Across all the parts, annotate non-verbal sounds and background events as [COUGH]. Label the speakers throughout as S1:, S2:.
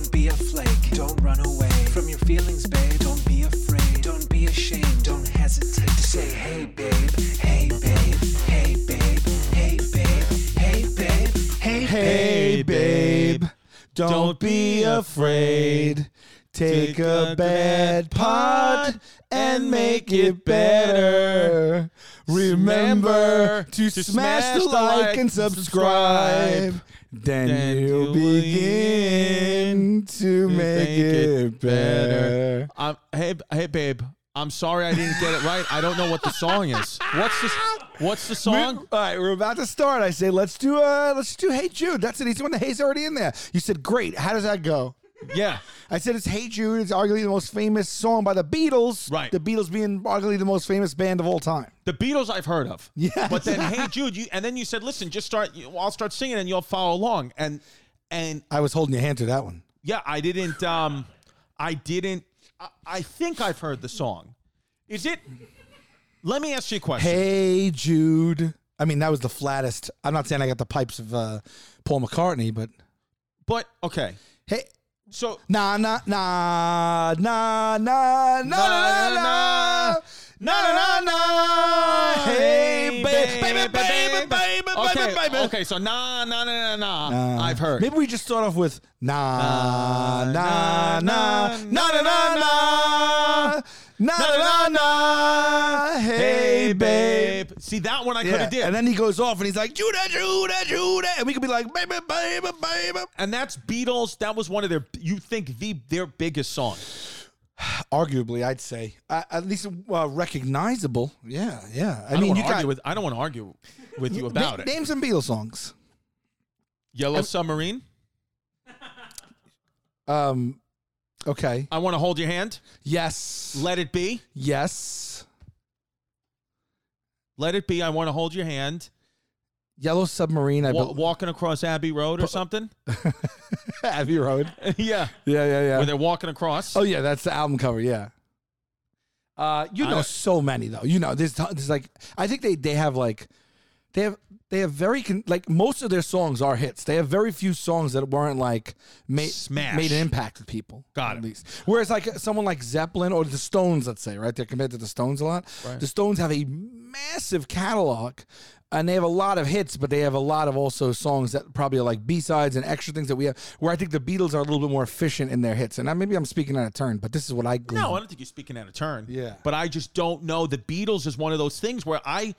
S1: flake. Don't run away from your feelings, babe. Don't be afraid. Don't be ashamed. Don't hesitate to say, hey, babe. Hey, babe. Hey, babe. Hey, babe. Hey, babe. Hey,
S2: Hey, babe, don't,
S3: don't
S2: be
S3: be
S2: afraid. Take
S3: Take
S2: a
S3: a
S2: bad
S3: bad
S2: pod
S3: pod
S2: and
S3: and
S2: make
S3: make
S2: it
S3: it better.
S2: better. Remember
S3: Remember
S2: to
S3: to
S2: smash the
S3: smash the
S2: like
S3: like
S2: and
S3: and
S2: subscribe. Then
S3: Then
S2: you'll
S3: you'll
S2: begin to
S3: You
S2: make
S3: think
S2: it better.
S3: Um, hey, b- hey, babe. I'm sorry I didn't get it right. I don't know what the song is. What's the What's the
S2: We-
S3: song?
S2: All right, we're about to start. I say, let's do uh let's do Hey Jude. That's an easy one. The Hey's already in there. You said, great. How does that go?
S3: Yeah.
S2: I said it's Hey Jude. It's arguably the most famous song by the Beatles.
S3: Right.
S2: The Beatles being arguably the most famous band of all time.
S3: The Beatles I've heard of.
S2: [LAUGHS] Yes.
S3: But then, hey Jude, you and then you said, listen, just start. You, I'll start singing and you'll follow along. And and
S2: I was holding your hand through that one.
S3: yeah, I didn't. Um, I didn't. I, I think I've heard the song. Is it? Let me ask you a question.
S2: Hey Jude. I mean, that was the flattest. I'm not saying I got the pipes of uh, Paul McCartney, but
S3: But okay,
S2: hey,
S3: so
S2: nah, nah, nah, nah, nah, nah, nah, nah, nah, nah, nah. Hey, baby, baby, baby, baby,
S3: okay,
S2: baby, baby.
S3: Okay, so nah, nah, nah, nah, nah.
S2: Uh,
S3: I've heard.
S2: Maybe we just start off with na na na
S3: Na,
S2: na na na na na na na. Hey babe.
S3: See that one I could
S2: Yeah.
S3: have did.
S2: And then he goes off and he's like Judah Judah Judah, and we could be like baby baby baby.
S3: and that's Beatles. That was one of their. You think the their biggest song?
S2: Arguably, I'd say uh, at least uh, recognizable. Yeah, yeah. I, mean,
S3: I, don't
S2: you
S3: want to
S2: got
S3: argue with. I don't want to argue
S2: [LAUGHS]
S3: with you
S2: Na-
S3: about it.
S2: Name some Beatles songs.
S3: Yellow Submarine.
S2: Um, okay.
S3: I want to hold your hand.
S2: Yes.
S3: Let it be.
S2: yes.
S3: Let it be. I want to hold your hand.
S2: Yellow Submarine. I
S3: Wa-
S2: believe.
S3: walking across Abbey Road
S2: uh,
S3: or something.
S2: [LAUGHS]
S3: [LAUGHS]
S2: Abbey Road.
S3: yeah,
S2: Yeah, yeah, yeah.
S3: where they're walking across.
S2: Oh yeah, that's the album cover. Yeah. Uh, you know
S3: I-
S2: so many though. You know there's t- there's like I think they they have like they have they have very con- like most of their songs are hits. They have very few songs that weren't like made
S3: Smash.
S2: made an impact with people.
S3: Got
S2: at
S3: it.
S2: least. Whereas like someone like Zeppelin or the Stones, let's say, right? They're compared to the Stones a lot.
S3: Right.
S2: The Stones have a massive catalog. And they have a lot of hits, but they have a lot of also songs that probably are like B sides and extra things that we have. Where I think the Beatles are a little bit more efficient in their hits. And I, maybe I'm speaking out of turn, but this is what I glean.
S3: No, I don't think you're speaking out of turn.
S2: Mm-hmm. Yeah.
S3: But I just don't know. The Beatles is one of those things where I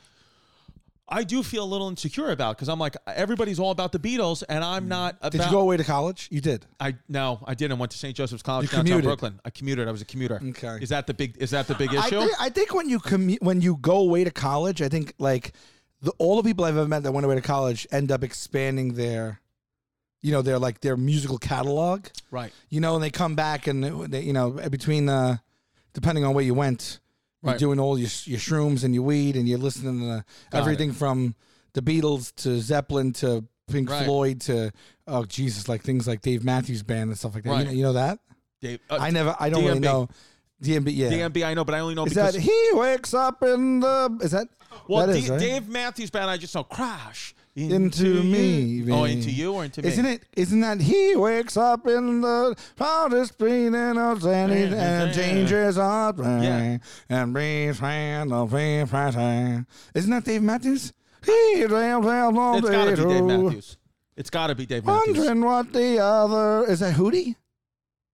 S3: I do feel a little insecure about because I'm like, everybody's all about the Beatles, and I'm not about
S2: Mm. Did you go away to college? You did.
S3: I no, I didn't. Went to St. Joseph's
S2: You
S3: College downtown
S2: commuted.
S3: Brooklyn. I commuted. I was a commuter.
S2: Okay.
S3: Is that the big is that the big
S2: I,
S3: issue?
S2: thi- I think when you commu- when you go away to college, I think like the, all the people I've ever met that went away to college end up expanding their, you know, their like their musical catalog.
S3: right.
S2: you know, and they come back and uh, they, you know, between uh, depending on where you went, you're
S3: Right.
S2: doing all your your shrooms and your weed, and you're listening to
S3: Got
S2: everything from the Beatles to Zeppelin to Pink
S3: Right.
S2: Floyd to oh Jesus, like things like Dave Matthews Band and stuff like that. You,
S3: Right.
S2: know, you know that?
S3: Dave, uh,
S2: I never, I don't really
S3: DMB.
S2: know. DMB, yeah.
S3: DMB, I know, but I only know
S2: is
S3: because
S2: that he wakes up in the? Is that
S3: well,
S2: that
S3: D-
S2: is, right?
S3: Dave Matthews Band. I just know Crash
S2: Into me,
S3: Oh,
S2: baby.
S3: into you or into me?
S2: Isn't it? Isn't that he wakes up in the proudest feeling of any
S3: Yeah, yeah,
S2: and
S3: yeah.
S2: changes our brain
S3: Yeah.
S2: and brings hand of free Friday. Isn't that Dave Matthews? He damn well knows
S3: It's got to be Dave
S2: who.
S3: Matthews. It's got to be Dave Matthews.
S2: Wondering what the other is that Hootie?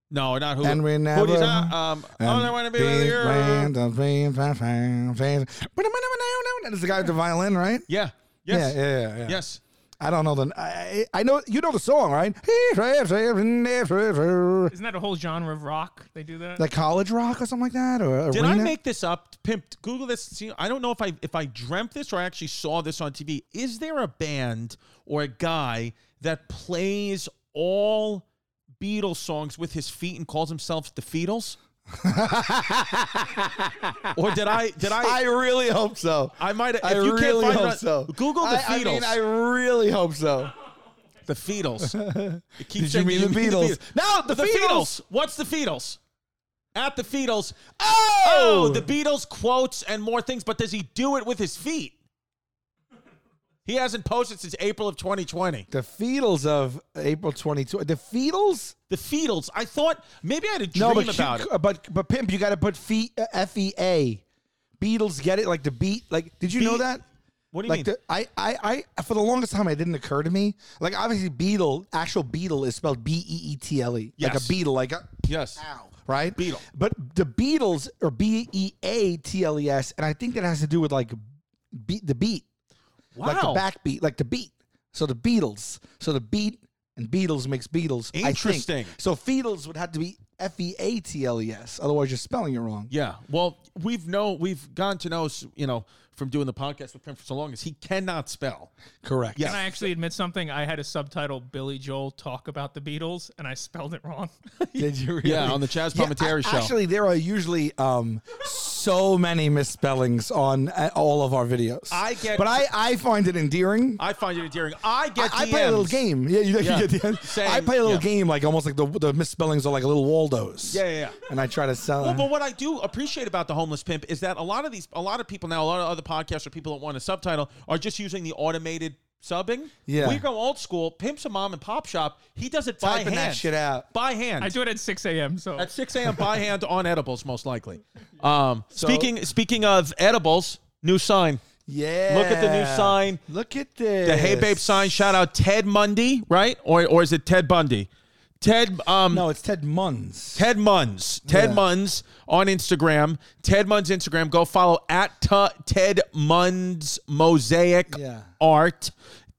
S3: No, not who.
S2: And we
S3: Who
S2: never-
S3: does that? Um, I don't want to be with you.
S2: That's the guy with the violin, right?
S3: Yeah. Yes.
S2: Yeah, yeah, yeah, yeah.
S3: Yes.
S2: I don't know the. I, I know you know the song, right? Like
S4: Isn't that a whole genre of rock? They do that.
S2: college rock or something like that, or
S3: Did
S2: arena?
S3: I make this up? Pimped. Google this. See, I don't know if I if I dreamt this or I actually saw this on TV. Is there a band or a guy that plays all Beatles songs with his feet and calls himself
S2: [LAUGHS]
S3: the Feetles? or did I? Did I?
S2: I really hope so.
S3: I, might. If
S2: I
S3: you
S2: really
S3: can't find
S2: hope
S3: it,
S2: so.
S3: Google the
S2: I, I
S3: Feetles.
S2: mean, I really hope so. [LAUGHS]
S3: The Feetles. It keeps
S2: Did you mean
S3: saying,
S2: the Beatles?
S3: No, the,
S2: The
S3: Beatles.
S2: Feetles.
S3: What's the Feetles? At the Feetles.
S2: Oh,
S3: Oh, the Beatles quotes and more things, but does he do it with his feet? He hasn't posted since April of 2020.
S2: The Feetles of April 22. The Feetles?
S3: The Feetles. I thought maybe I had a dream
S2: No, but
S3: about it.
S2: you, but but pimp, you got to put feet F E A. Beatles get it like the beat. Like, did you know
S3: Beat-
S2: that?
S3: What do you
S2: Like
S3: mean?
S2: the, I, I, I, for the longest time, it didn't occur to me. Like obviously, beetle, actual beetle is spelled B E E T L E, like a
S3: Yes.
S2: beetle, like a
S3: yes.
S2: ow, right?
S3: Beetle.
S2: But the Beatles are B E A T L E S, and I think that has to do with like beat the beat,
S3: Wow.
S2: like the backbeat, like the beat. So the Beatles, so the beat and Beatles makes Beatles. I think.
S3: Interesting.
S2: So Feetles would have to be F E A T L E S, otherwise you're spelling it wrong.
S3: Yeah. Well, we've know we've gone to know you know from doing the podcast with him for so long is he cannot spell.
S2: Correct.
S3: Yeah.
S4: Can I actually admit something? I had a subtitle Billy Joel talk about the Beatles, and I spelled it wrong. [LAUGHS]
S2: Did you really?
S3: Yeah, on the Chaz
S2: Yeah,
S3: Palminteri
S2: a-
S3: show.
S2: Actually, there are usually um, so many misspellings on uh, all of our videos.
S3: I get-
S2: but I, I find it endearing.
S3: I find it endearing. I
S2: I,
S3: get
S2: I play a little
S3: DMs.
S2: game. Yeah, you, [LAUGHS] you
S3: Yeah.
S2: get the end.
S3: Saying-
S2: I play a little
S3: yeah.
S2: game, like almost like the the misspellings are like little Waldos.
S3: Yeah, yeah, yeah.
S2: And I try to sell.
S3: Well, but what I do appreciate about the homeless pimp is that a lot of these, a lot of people now, a lot of other podcasts or people that want a subtitle are just using the automated subbing.
S2: Yeah.
S3: we go old school. Pimp's a mom and pop shop. He does it by
S2: Typing
S3: hand.
S2: that shit out.
S3: by hand.
S4: I do it at 6 a.m. So
S3: at 6
S2: [LAUGHS]
S3: a.m. by hand on edibles, most likely. Um, speaking speaking of edibles, new sign.
S2: yeah.
S3: Look at the new sign.
S2: Look at this.
S3: The Hey Babe sign. Shout out Ted Mundy, right? Or or is it Ted Bundy? Ted um
S2: No, it's Ted Munns.
S3: Ted Munns. Ted
S2: Yeah.
S3: Munns on Instagram. Ted Munns Instagram. Go follow at tu- Ted Munns Mosaic
S2: Yeah.
S3: Art.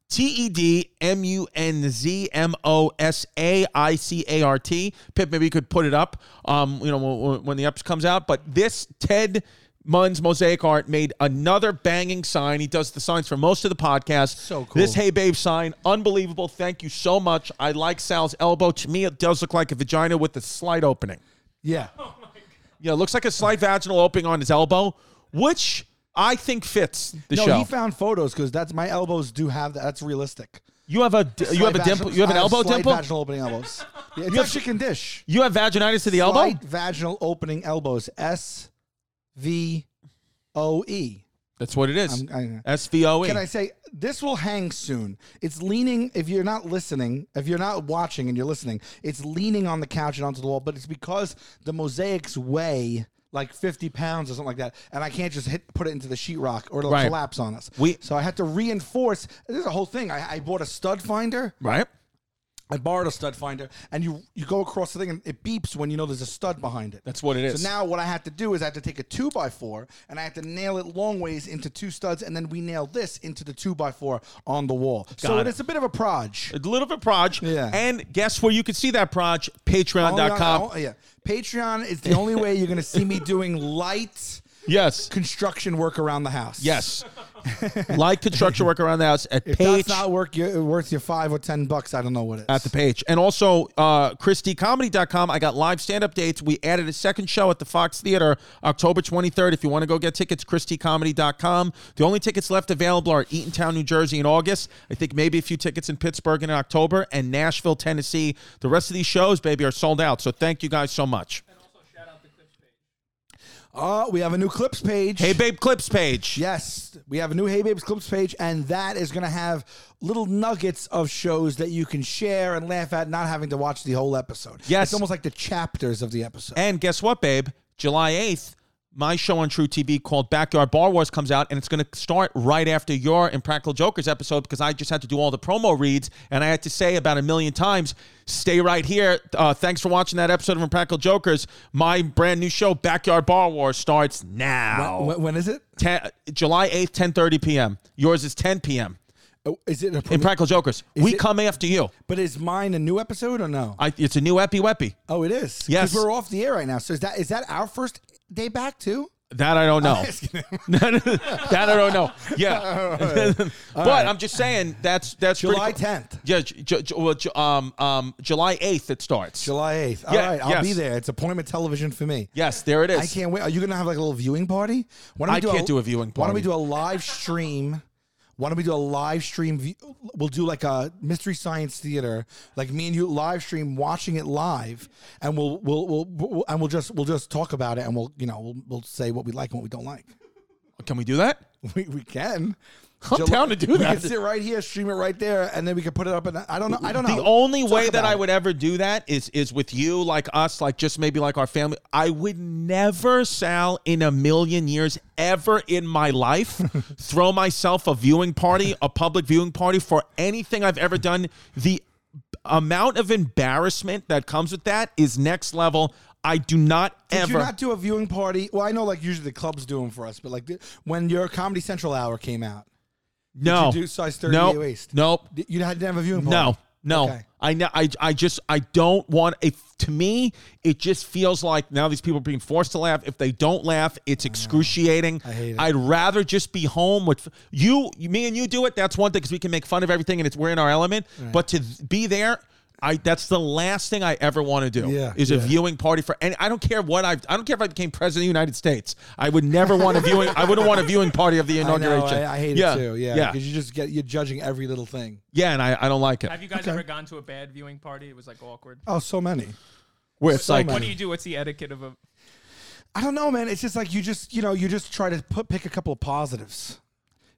S3: T E D M U N Z M O S A I C A R T. Pip, maybe you could put it up. Um, you know when, when the episode comes out. But this Ted Munns Mosaic Art made another banging sign. He does the signs for most of the podcast.
S2: So cool.
S3: This Hey Babe sign, unbelievable. Thank you so much. I like Sal's elbow. To me, it does look like a vagina with a slight opening.
S2: yeah.
S3: Yeah, it looks like a slight vaginal opening on his elbow, which I think fits the
S2: No,
S3: show.
S2: he found photos because that's my elbows do have that. That's realistic.
S3: you have a you have a
S2: Slight
S3: dimple.
S2: vaginal-
S3: You have an
S2: I
S3: elbow
S2: slight
S3: dimple.
S2: Vaginal opening
S3: [LAUGHS]
S2: elbows. Yeah, it's
S3: You
S2: you
S3: have-
S2: have chicken dish.
S3: you have vaginitis to the elbow.
S2: Slight vaginal opening elbows. S V O E.
S3: That's what it is.
S2: I'm- I- uh,
S3: SVOE.
S2: Can I say this will hang soon? It's leaning. If you're not listening, if you're not watching and you're listening, it's leaning on the couch and onto the wall. But it's because the mosaics weigh like 50 pounds or something like that, and I can't just hit put it into the sheetrock or it'll
S3: Right.
S2: collapse on us.
S3: We-
S2: so I had to reinforce. This is a whole thing. I, I bought a stud finder.
S3: right.
S2: I borrowed a stud finder, and you you go across the thing, and it beeps when you know there's a stud behind it.
S3: That's what it is.
S2: So now what I have to do is I have to take a two by four, and I have to nail it long ways into two studs, and then we nail this into the two by four on the wall. so
S3: Got
S2: it
S3: it.
S2: is a bit of a proj.
S3: A little bit proj.
S2: Yeah.
S3: And guess where you can see that proj?
S2: Only on-
S3: Patreon.com.
S2: oh, yeah, Patreon is the only way you're going to see me doing light
S3: Yes.
S2: construction work around the house. [LAUGHS]
S3: Yes. like construction work around the house at
S2: If
S3: page
S2: that's not work, your, worth your five or ten bucks, I don't know what it is.
S3: at the page. And also, uh, ChristyComedy.com. I got live stand up dates. We added a second show at the Fox Theater October 23rd. If you want to go get tickets, ChristyComedy.com. The only tickets left available are Eatontown, New Jersey in August. I think maybe a few tickets in Pittsburgh in October and Nashville, Tennessee. The rest of these shows, baby, are sold out. So thank you guys so much.
S2: oh, we have a new clips page.
S3: Hey, Babe Clips page.
S2: Yes, we have a new Hey Babes Clips page, and that is going to have little nuggets of shows that you can share and laugh at, not having to watch the whole episode.
S3: Yes.
S2: it's almost like the chapters of the episode.
S3: And guess what, babe? July 8th, my show on True TV called Backyard Bar Wars comes out, and it's going to start right after your Impractical Jokers episode because I just had to do all the promo reads, and I had to say about a million times, stay right here. Uh, thanks for watching that episode of Impractical Jokers. My brand new show, Backyard Bar Wars, starts now.
S2: Wh- when is it?
S3: Ten- July 8th, 10.30 p.m. Yours is 10 p.m.
S2: Oh, Is it a prom-
S3: Impractical Jokers, we
S2: it-
S3: come after you.
S2: but is mine a new episode or no?
S3: I, it's a new Epi Weppy.
S2: oh, it is. 'Cause
S3: Yes.
S2: we're off the air right now. So is that is that our first day back too?
S3: That I
S2: [LAUGHS]
S3: don't know.
S2: asking him.
S3: [LAUGHS] that I don't know.
S2: [LAUGHS]
S3: Yeah, [LAUGHS] but I'm just saying that's that's pretty
S2: July
S3: cool.
S2: 10th.
S3: Yeah, Ju- Ju- Ju- well, Ju- um, um, July 8th it starts.
S2: July eighth. All
S3: Yeah,
S2: right, I'll
S3: yes.
S2: be there. It's appointment television for me.
S3: yes, there it is.
S2: I can't wait. Are you gonna have like a little viewing party? Why don't
S3: I can't do a viewing
S2: Why don't we
S3: party.
S2: do a live stream? Why don't we do a live stream? View, we'll do like a mystery science theater, like me and you live stream watching it live, and we'll we'll, we'll, we'll and we'll just we'll just talk about it, and we'll you know we'll, we'll say what [LAUGHS] we like and what we don't like.
S3: Can we do that?
S2: We, we can.
S3: I'm
S2: July-
S3: down to do
S2: [LAUGHS] we
S3: that.
S2: could sit right here, stream it right there, and then we could put it up. And I don't know. I don't know.
S3: The only
S2: Talk
S3: way that
S2: about
S3: I
S2: it.
S3: would ever do that is is with you, like us, like just maybe like our family. I would never, Sal, in a million years, ever in my
S2: [LAUGHS]
S3: life, throw myself a viewing party, a public viewing party for anything I've ever done. The amount of embarrassment that comes with that is next level. I do not
S2: Did
S3: ever.
S2: you not do a viewing party? Well, I know like usually the clubs do them for us, but like th- when your Comedy Central hour came out,
S3: no.
S2: did you do size 38
S3: nope.
S2: waist?
S3: Nope.
S2: d- you had to have a viewing party.
S3: No, no.
S2: Okay.
S3: I know. I I just I don't want. If to me, it just feels like now these people are being forced to laugh. If they don't laugh, it's excruciating. I
S2: hate it.
S3: I'd rather just be home with you. Me and you do it. That's one thing because we can make fun of everything and it's we're in our element. But to be there. I, that's the last thing I ever want to do
S2: Yeah,
S3: is a
S2: yeah.
S3: viewing party for any. I don't care what I've. I don't care if I became president of the United States. I would never want a viewing. I wouldn't want a viewing party of
S2: [LAUGHS]
S3: the
S2: I, know,
S3: inauguration.
S2: I, I hate
S3: Yeah,
S2: it too. Yeah,
S3: yeah,
S2: because you just get you're judging every little thing.
S3: yeah, and I, I don't like it.
S4: Have you guys ever gone to a bad viewing party? It was like awkward.
S2: Oh, so many.
S3: Where Uh, it's
S2: so
S3: like
S2: many.
S4: What do you do? What's the etiquette of a?
S2: I don't know, man. It's just like you just you know you just try to put pick a couple of positives,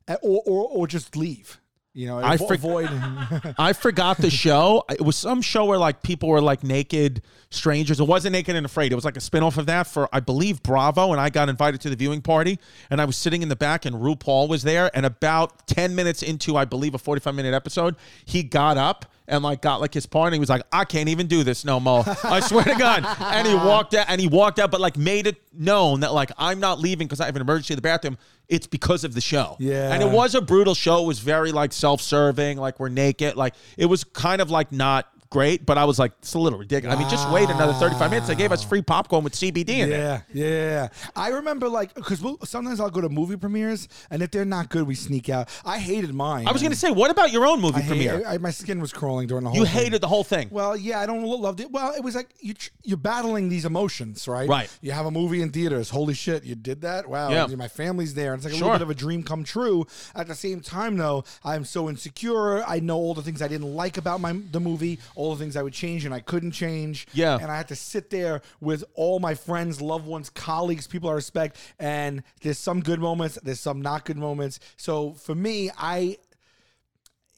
S2: Uh, or or, or just leave. You know,
S3: I
S2: avo-
S3: forg-
S2: avoid.
S3: [LAUGHS] I forgot the show. It was some show where like people were like naked strangers. It wasn't Naked and Afraid. It was like a spinoff of that for I believe Bravo. And I got invited to the viewing party, and I was sitting in the back, and RuPaul was there. And about ten minutes into I believe a forty-five minute episode, he got up and like got like his part, and he was like, "I can't even do this no more." I swear to God.
S2: [LAUGHS]
S3: And he walked out, and he walked out, but like made it known that like I'm not leaving because I have an emergency in the bathroom. It's because of the show.
S2: Yeah.
S3: and it was was a brutal show. It was very like self-serving, like we're naked. Like it was kind of like not great, but I was like, it's a little ridiculous. I mean, just wait another 35 minutes. They gave us free popcorn with CBD in it.
S2: Yeah, yeah. I remember like because we'll, sometimes I'll go to movie premieres, and if they're not good, we sneak out. I hated mine.
S3: I was
S2: man.
S3: gonna say, what about your own movie
S2: I hate-
S3: premiere?
S2: I- my skin was crawling during the whole.
S3: you
S2: thing.
S3: hated the whole thing.
S2: Well, yeah, I don't lo- loved it. Well, it was like you tr- you're battling these emotions, right?
S3: Right.
S2: You have a movie in theaters. Holy shit, you did that! Wow.
S3: Yeah.
S2: My family's there. And it's like a
S3: Sure.
S2: little bit of a dream come true. At the same time, though, I'm so insecure. I know all the things I didn't like about my the movie, all the things I would change and I couldn't change.
S3: Yeah.
S2: And I had to sit there with all my friends, loved ones, colleagues, people I respect. And there's some good moments. There's some not good moments. So for me, I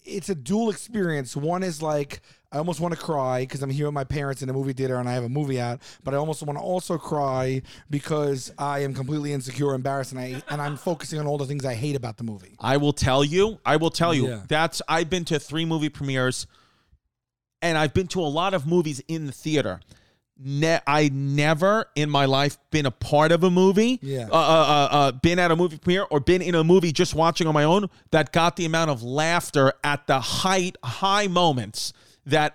S2: it's a dual experience. One is like I almost want to cry because I'm here with my parents in a movie theater and I have a movie out, but I almost want to also cry because I am completely insecure, embarrassed, and I and I'm focusing on all the things I hate about the movie.
S3: I will tell you. I will tell you.
S2: Yeah.
S3: That's I've been to three movie premieres, and I've been to a lot of movies in the theater. Ne- I never in my life been a part of a movie,
S2: Yeah.
S3: uh, uh, uh, uh, been at a movie premiere or been in a movie just watching on my own that got the amount of laughter at the height, high moments that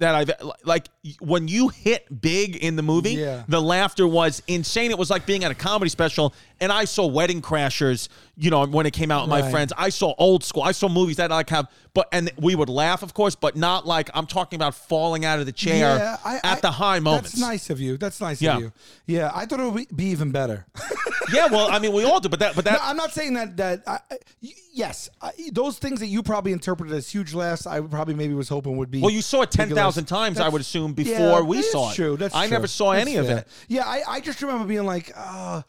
S3: that I've like when you hit big in the movie,
S2: Yeah.
S3: the laughter was insane. It was like being at a comedy special. And I saw Wedding Crashers, you know, when it came out with my
S2: Right.
S3: friends. I saw old school. I saw movies that I like have, but and we would laugh, of course, but not like I'm talking about falling out of the chair at the high moments.
S2: That's nice of you. That's nice
S3: Yeah.
S2: of you. Yeah, I thought it would be- be even better. [LAUGHS]
S3: Yeah, well, I mean, we all do, but that, but that,
S2: No, I'm [LAUGHS] not saying that. That I, I- y- yes, I, those things that you probably interpreted as huge laughs, I probably maybe was hoping would be.
S3: Well, you saw it
S2: ridiculous.
S3: 10,000 times, I
S2: That's-
S3: would assume,
S2: yeah,
S3: before we
S2: that is
S3: saw it.
S2: True, that's
S3: I
S2: true.
S3: never saw
S2: That's
S3: any of
S2: fair.
S3: it.
S2: Yeah, I, I just remember being like, uh,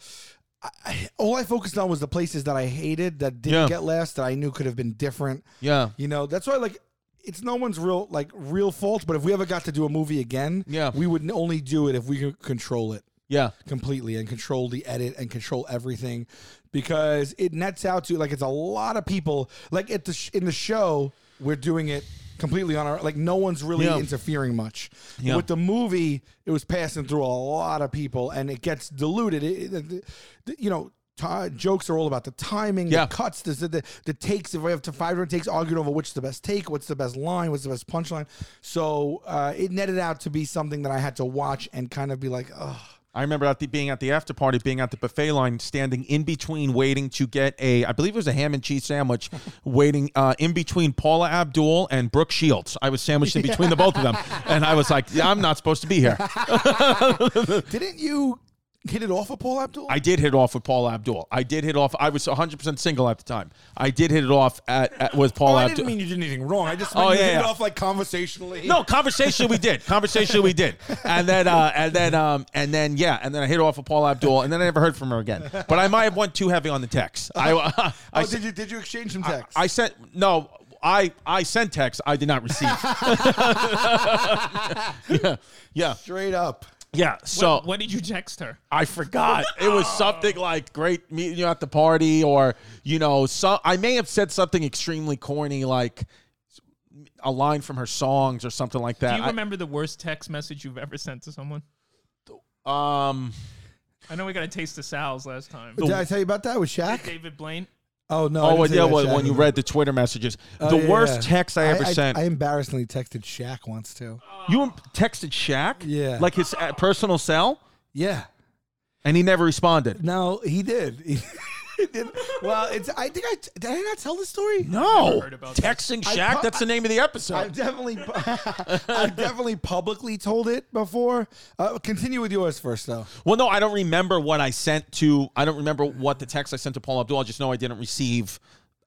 S2: I, I- all I focused on was the places that I hated that didn't
S3: Yeah.
S2: get laughs that I knew could have been different.
S3: Yeah.
S2: you know that's why like. It's no one's real like real fault, but if we ever got to do a movie again,
S3: Yeah.
S2: we would n- only do it if we could control it
S3: yeah,
S2: completely and control the edit and control everything because it nets out to like it's a lot of people like at the sh- in the show we're doing it completely on our like no one's really
S3: Yeah.
S2: interfering much
S3: Yeah.
S2: with the movie it was passing through a lot of people and it gets diluted it, it- the- the- you know ti- jokes are all about the timing
S3: Yeah.
S2: the cuts the, the, the takes if we have to five different takes argued over which is the best take what's the best line what's the best punchline so uh, it netted out to be something that i had to watch and kind of be like oh
S3: I remember at the, being at the after party, being at the buffet line, standing in between, waiting to get a, I believe it was a ham and
S2: [LAUGHS]
S3: cheese sandwich, waiting uh, in between Paula Abdul and Brooke Shields. I was sandwiched
S2: [LAUGHS]
S3: in between the both of them, and I was like, yeah, I'm not supposed to be here.
S2: Didn't you hit it off with Paul Abdul?
S3: I did hit off with Paul Abdul. I did hit off. I was 100% single at the time. I did hit it off at, at with Paul
S2: Oh, I
S3: Abdul.
S2: didn't mean you did anything wrong. I just
S3: Oh,
S2: meant you
S3: yeah,
S2: hit it
S3: yeah.
S2: off like conversationally.
S3: No, conversation we did. Conversation we did. And then uh, and then um, and then yeah, and then I hit off with Paul Abdul, and then I never heard from her again. But I might have went too heavy on the text. I [LAUGHS] I,
S2: Oh,
S3: sent-
S2: did you did you exchange some texts?
S3: I sent no. I, I sent text. I did not receive.
S2: [LAUGHS]
S3: yeah, yeah,
S2: Straight up.
S3: yeah. So
S4: what did you text her?
S3: I forgot. It was something like great meeting you at the party, or you know, so I may have said something extremely corny, like a line from her songs or something like that.
S4: Do you
S3: I-
S4: remember the worst text message you've ever sent to someone?
S3: um,
S4: I know we got a taste of Sal's last time.
S2: Did I tell you about that with Shaq?
S4: David Blaine.
S2: Oh no. I
S3: Oh,
S2: didn't tell
S3: yeah,
S2: you about
S3: when,
S2: Shaq.
S3: when you read the Twitter messages.
S2: Oh,
S3: the
S2: yeah,
S3: worst
S2: yeah.
S3: text I ever sent.
S2: I embarrassingly texted Shaq once too.
S3: you texted Shaq?
S2: Yeah.
S3: Like his uh, personal cell?
S2: Yeah.
S3: And he never responded.
S2: No, he did. [LAUGHS] He did. Well, it's. I think I did. I not tell the story.
S3: No.
S4: heard about this.
S3: Texting
S2: I
S3: Shaq?
S2: pu-
S3: that's the name of the episode.
S2: I've definitely, [LAUGHS] I've definitely publicly told it before. Uh, continue with yours first, though.
S3: well, no, I don't remember what I sent to, I don't remember what the text I sent to Paul Abdul. I just know I didn't receive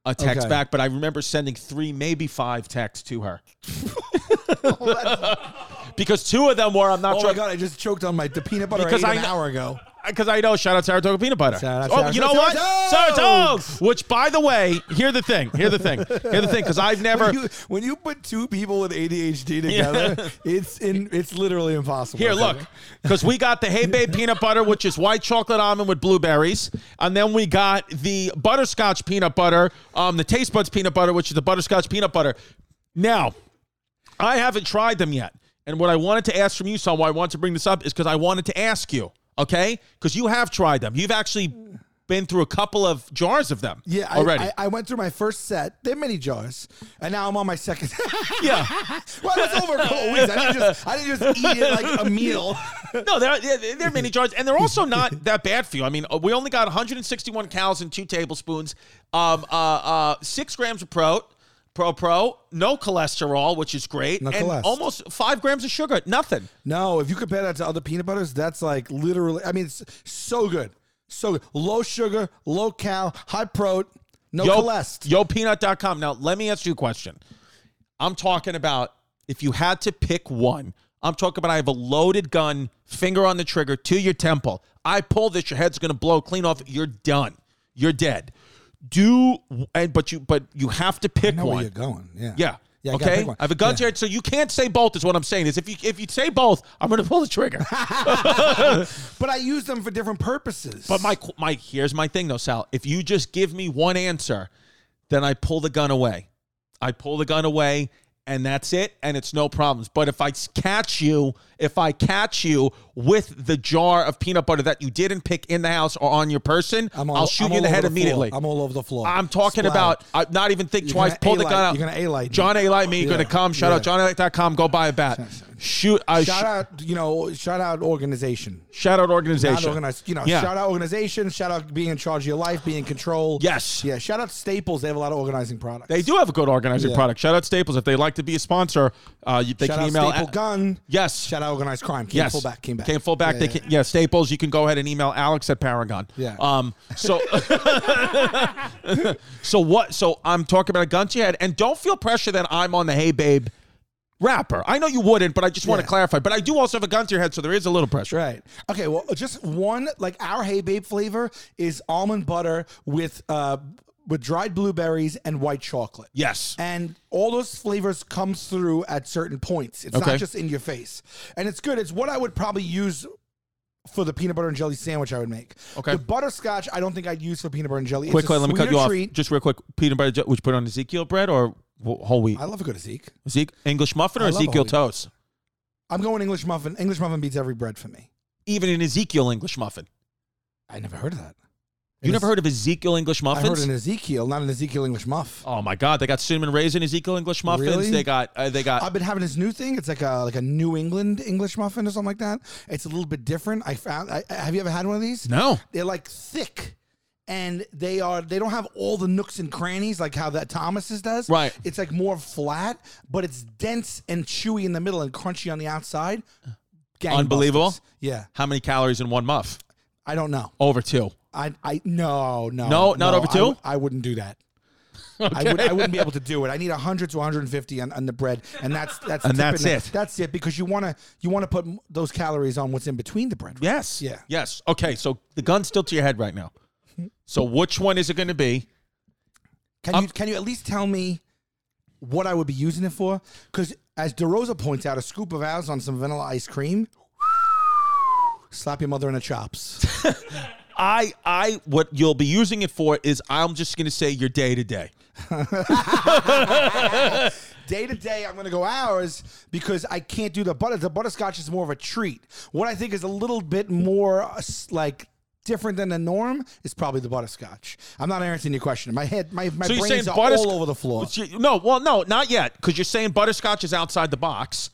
S3: a text
S2: Okay.
S3: back, but I remember sending three, maybe five texts
S2: [LAUGHS]
S3: to her. because two of them were, I'm not
S2: Oh
S3: sure.
S2: my god, I just choked on my the peanut butter
S3: Because
S2: I ate
S3: I
S2: an
S3: kn-
S2: hour ago.
S3: because I know shout out Saratoga peanut butter.
S2: Shout out
S3: oh,
S2: Saratoga-
S3: you know what?
S2: Saratoga!
S3: Saratoga. Which, by the way, hear the thing. Hear the thing. Hear the thing. Because [LAUGHS] I've never.
S2: When you, when you put two people with ADHD together,
S3: [LAUGHS]
S2: it's in it's literally impossible.
S3: Here, look, because we got the
S2: [LAUGHS]
S3: Hey Babe peanut butter, which is white chocolate almond with blueberries, and then we got the butterscotch peanut butter, um, the Taste Buds peanut butter, which is the butterscotch peanut butter. Now, I haven't tried them yet, and what I wanted to ask from you, Sal, why I wanted to bring this up is because I wanted to ask you, okay? Because you have tried them. You've actually been through a couple of jars of them.
S2: Yeah, I,
S3: already.
S2: I, [LAUGHS] I went through my first set. They're mini jars, and now I'm on my second. [LAUGHS]
S3: yeah.
S2: well, it's over a couple weeks. I didn't just I didn't just eat it like a
S3: [LAUGHS]
S2: meal.
S3: No, they're, they're,
S2: [LAUGHS]
S3: they're mini jars, and they're also not that bad for you. I mean, uh, we only got 161 cows and two tablespoons, um, uh, uh, six grams of pro, pro, pro, no cholesterol, which is great,
S2: No
S3: and
S2: cholest.
S3: almost five grams of sugar, nothing.
S2: No, if you compare that to other peanut butters, that's like literally. I mean, it's so good, so good. Low sugar, low cal, high pro, no
S3: Yo,
S2: cholesterol.
S3: yopeanut.com. Now, let me ask you a question. I'm talking about if you had to pick one. I'm talking about I have a loaded gun, finger on the trigger to your temple. I pull this, your head's gonna blow clean off. You're done. You're dead. Do and but you but you have to pick
S2: I know where
S3: one.
S2: you're going. Yeah.
S3: Yeah.
S2: Yeah. I gotta
S3: okay.
S2: pick one.
S3: I have a gun
S2: Yeah.
S3: to your head, so you can't say both. Is what I'm saying is if you if you say both, I'm gonna pull the trigger.
S2: But I use them for different purposes.
S3: But my my here's my thing though, Sal. If you just give me one answer, then I pull the gun away. I pull the gun away, and that's it, and it's no problems. But if I s- catch you, if I catch you with the jar of peanut butter that you didn't pick in the house or on your person, i
S2: I'm all-
S3: will shoot
S2: I'm
S3: you in the
S2: all
S3: head
S2: over floor.
S3: immediately.
S2: I'm all over the floor.
S3: I'm talking
S2: Splattered.
S3: about I'm not even think
S2: You're
S3: twice.
S2: gonna
S3: Pull the gun
S2: A-light-
S3: out.
S2: You're gonna A-light me.
S3: John A. Light me.
S2: Yeah.
S3: Gonna come. Shout out
S2: Yeah.
S3: John A.Light.com. Go buy a bat. Shoot. I sh-
S2: Shout out, you know, shout out organization.
S3: shout out
S2: Not
S3: organization.
S2: organized, you know,
S3: Yeah.
S2: shout out organization, shout out being in charge of your life, being in control.
S3: Yes.
S2: Yeah, shout out Staples. They have a lot of organizing products.
S3: They do have a good organizing
S2: Yeah.
S3: product. Shout out Staples if they'd like to be a sponsor. Uh, you- they
S2: shout
S3: can
S2: out
S3: email
S2: Staple
S3: a-
S2: Gun.
S3: Yes.
S2: Shout out organized crime. Came
S3: yes.
S2: full back, came back.
S3: Came full back.
S2: Yeah,
S3: they
S2: yeah.
S3: can. Yeah. Staples. You can go ahead and email Alex at Paragon.
S2: Yeah.
S3: Um. So. [LAUGHS] so what? So I'm talking about a gun to your head, and don't feel pressure that I'm on the Hey Babe rapper. I know you wouldn't, but I just want to
S2: Yeah.
S3: clarify. But I do also have a gun to your head, so there is a little pressure.
S2: Right. Okay. Well, just one like our Hey Babe flavor is almond butter with uh with dried blueberries and white chocolate.
S3: Yes.
S2: And all those flavors comes through at certain points. It's
S3: Okay.
S2: not just in your face. And it's good. It's what I would probably use for the peanut butter and jelly sandwich I would make.
S3: Okay.
S2: The butterscotch I don't think I'd use for peanut butter and jelly.
S3: Quick,
S2: it's a
S3: let me cut
S2: sweeter
S3: you off.
S2: treat.
S3: Just real quick. Peanut butter. Would you put it on Ezekiel bread or wh- whole wheat?
S2: I love a good Zeke.
S3: Ezek- English muffin or
S2: I love whole
S3: Ezekiel
S2: wheat.
S3: toast?
S2: I'm going English muffin. English muffin beats every bread for me.
S3: Even an Ezekiel English muffin.
S2: I never heard of that.
S3: You never heard of Ezekiel English muffins?
S2: I heard an Ezekiel, not an Ezekiel English muff.
S3: oh my God! They got cinnamon raisin Ezekiel English muffins.
S2: Really?
S3: They got uh, they got
S2: I've been having this new thing. It's like a like a New England English muffin or something like that. It's a little bit different. I found. I, I- have you ever had one of these?
S3: no.
S2: They're like thick, and they are they don't have all the nooks and crannies like how that Thomas's does.
S3: Right.
S2: It's like more flat, but it's dense and chewy in the middle and crunchy on the outside. Gangbusters.
S3: Unbelievable.
S2: Yeah.
S3: How many calories in one muff?
S2: I don't know.
S3: Over two.
S2: I I no no
S3: No, not over
S2: I
S3: two?
S2: would- I, wouldn't do
S3: [LAUGHS]
S2: that. I, would, I wouldn't be able to do it. I need 100 to 150 on, on the bread, and that's that's
S3: And
S2: tipping
S3: that's
S2: the-
S3: it.
S2: That's it because you want to you want to put m- those calories on what's in between the bread.
S3: Yes.
S2: Yeah.
S3: Yes. Okay. So the gun's still to your head right now. So which one is it going to be?
S2: Can you can you at least tell me what I would be using it for? Because as DeRosa points out, a scoop of ours on some vanilla ice cream. Slap your mother in the
S3: [LAUGHS]
S2: chops.
S3: I I what you'll be using it for is I'm just going to say your day to day.
S2: Day to day, I'm gonna go hours because I can't do the butter. The butterscotch is more of a treat. What I think is a little bit more uh, s- like different than the norm is probably the butterscotch. I'm not answering your question. My head, my my
S3: So you're saying
S2: brains are
S3: butterscotch
S2: all over the floor.
S3: No, well, no, not yet, because you're saying butterscotch is outside the box.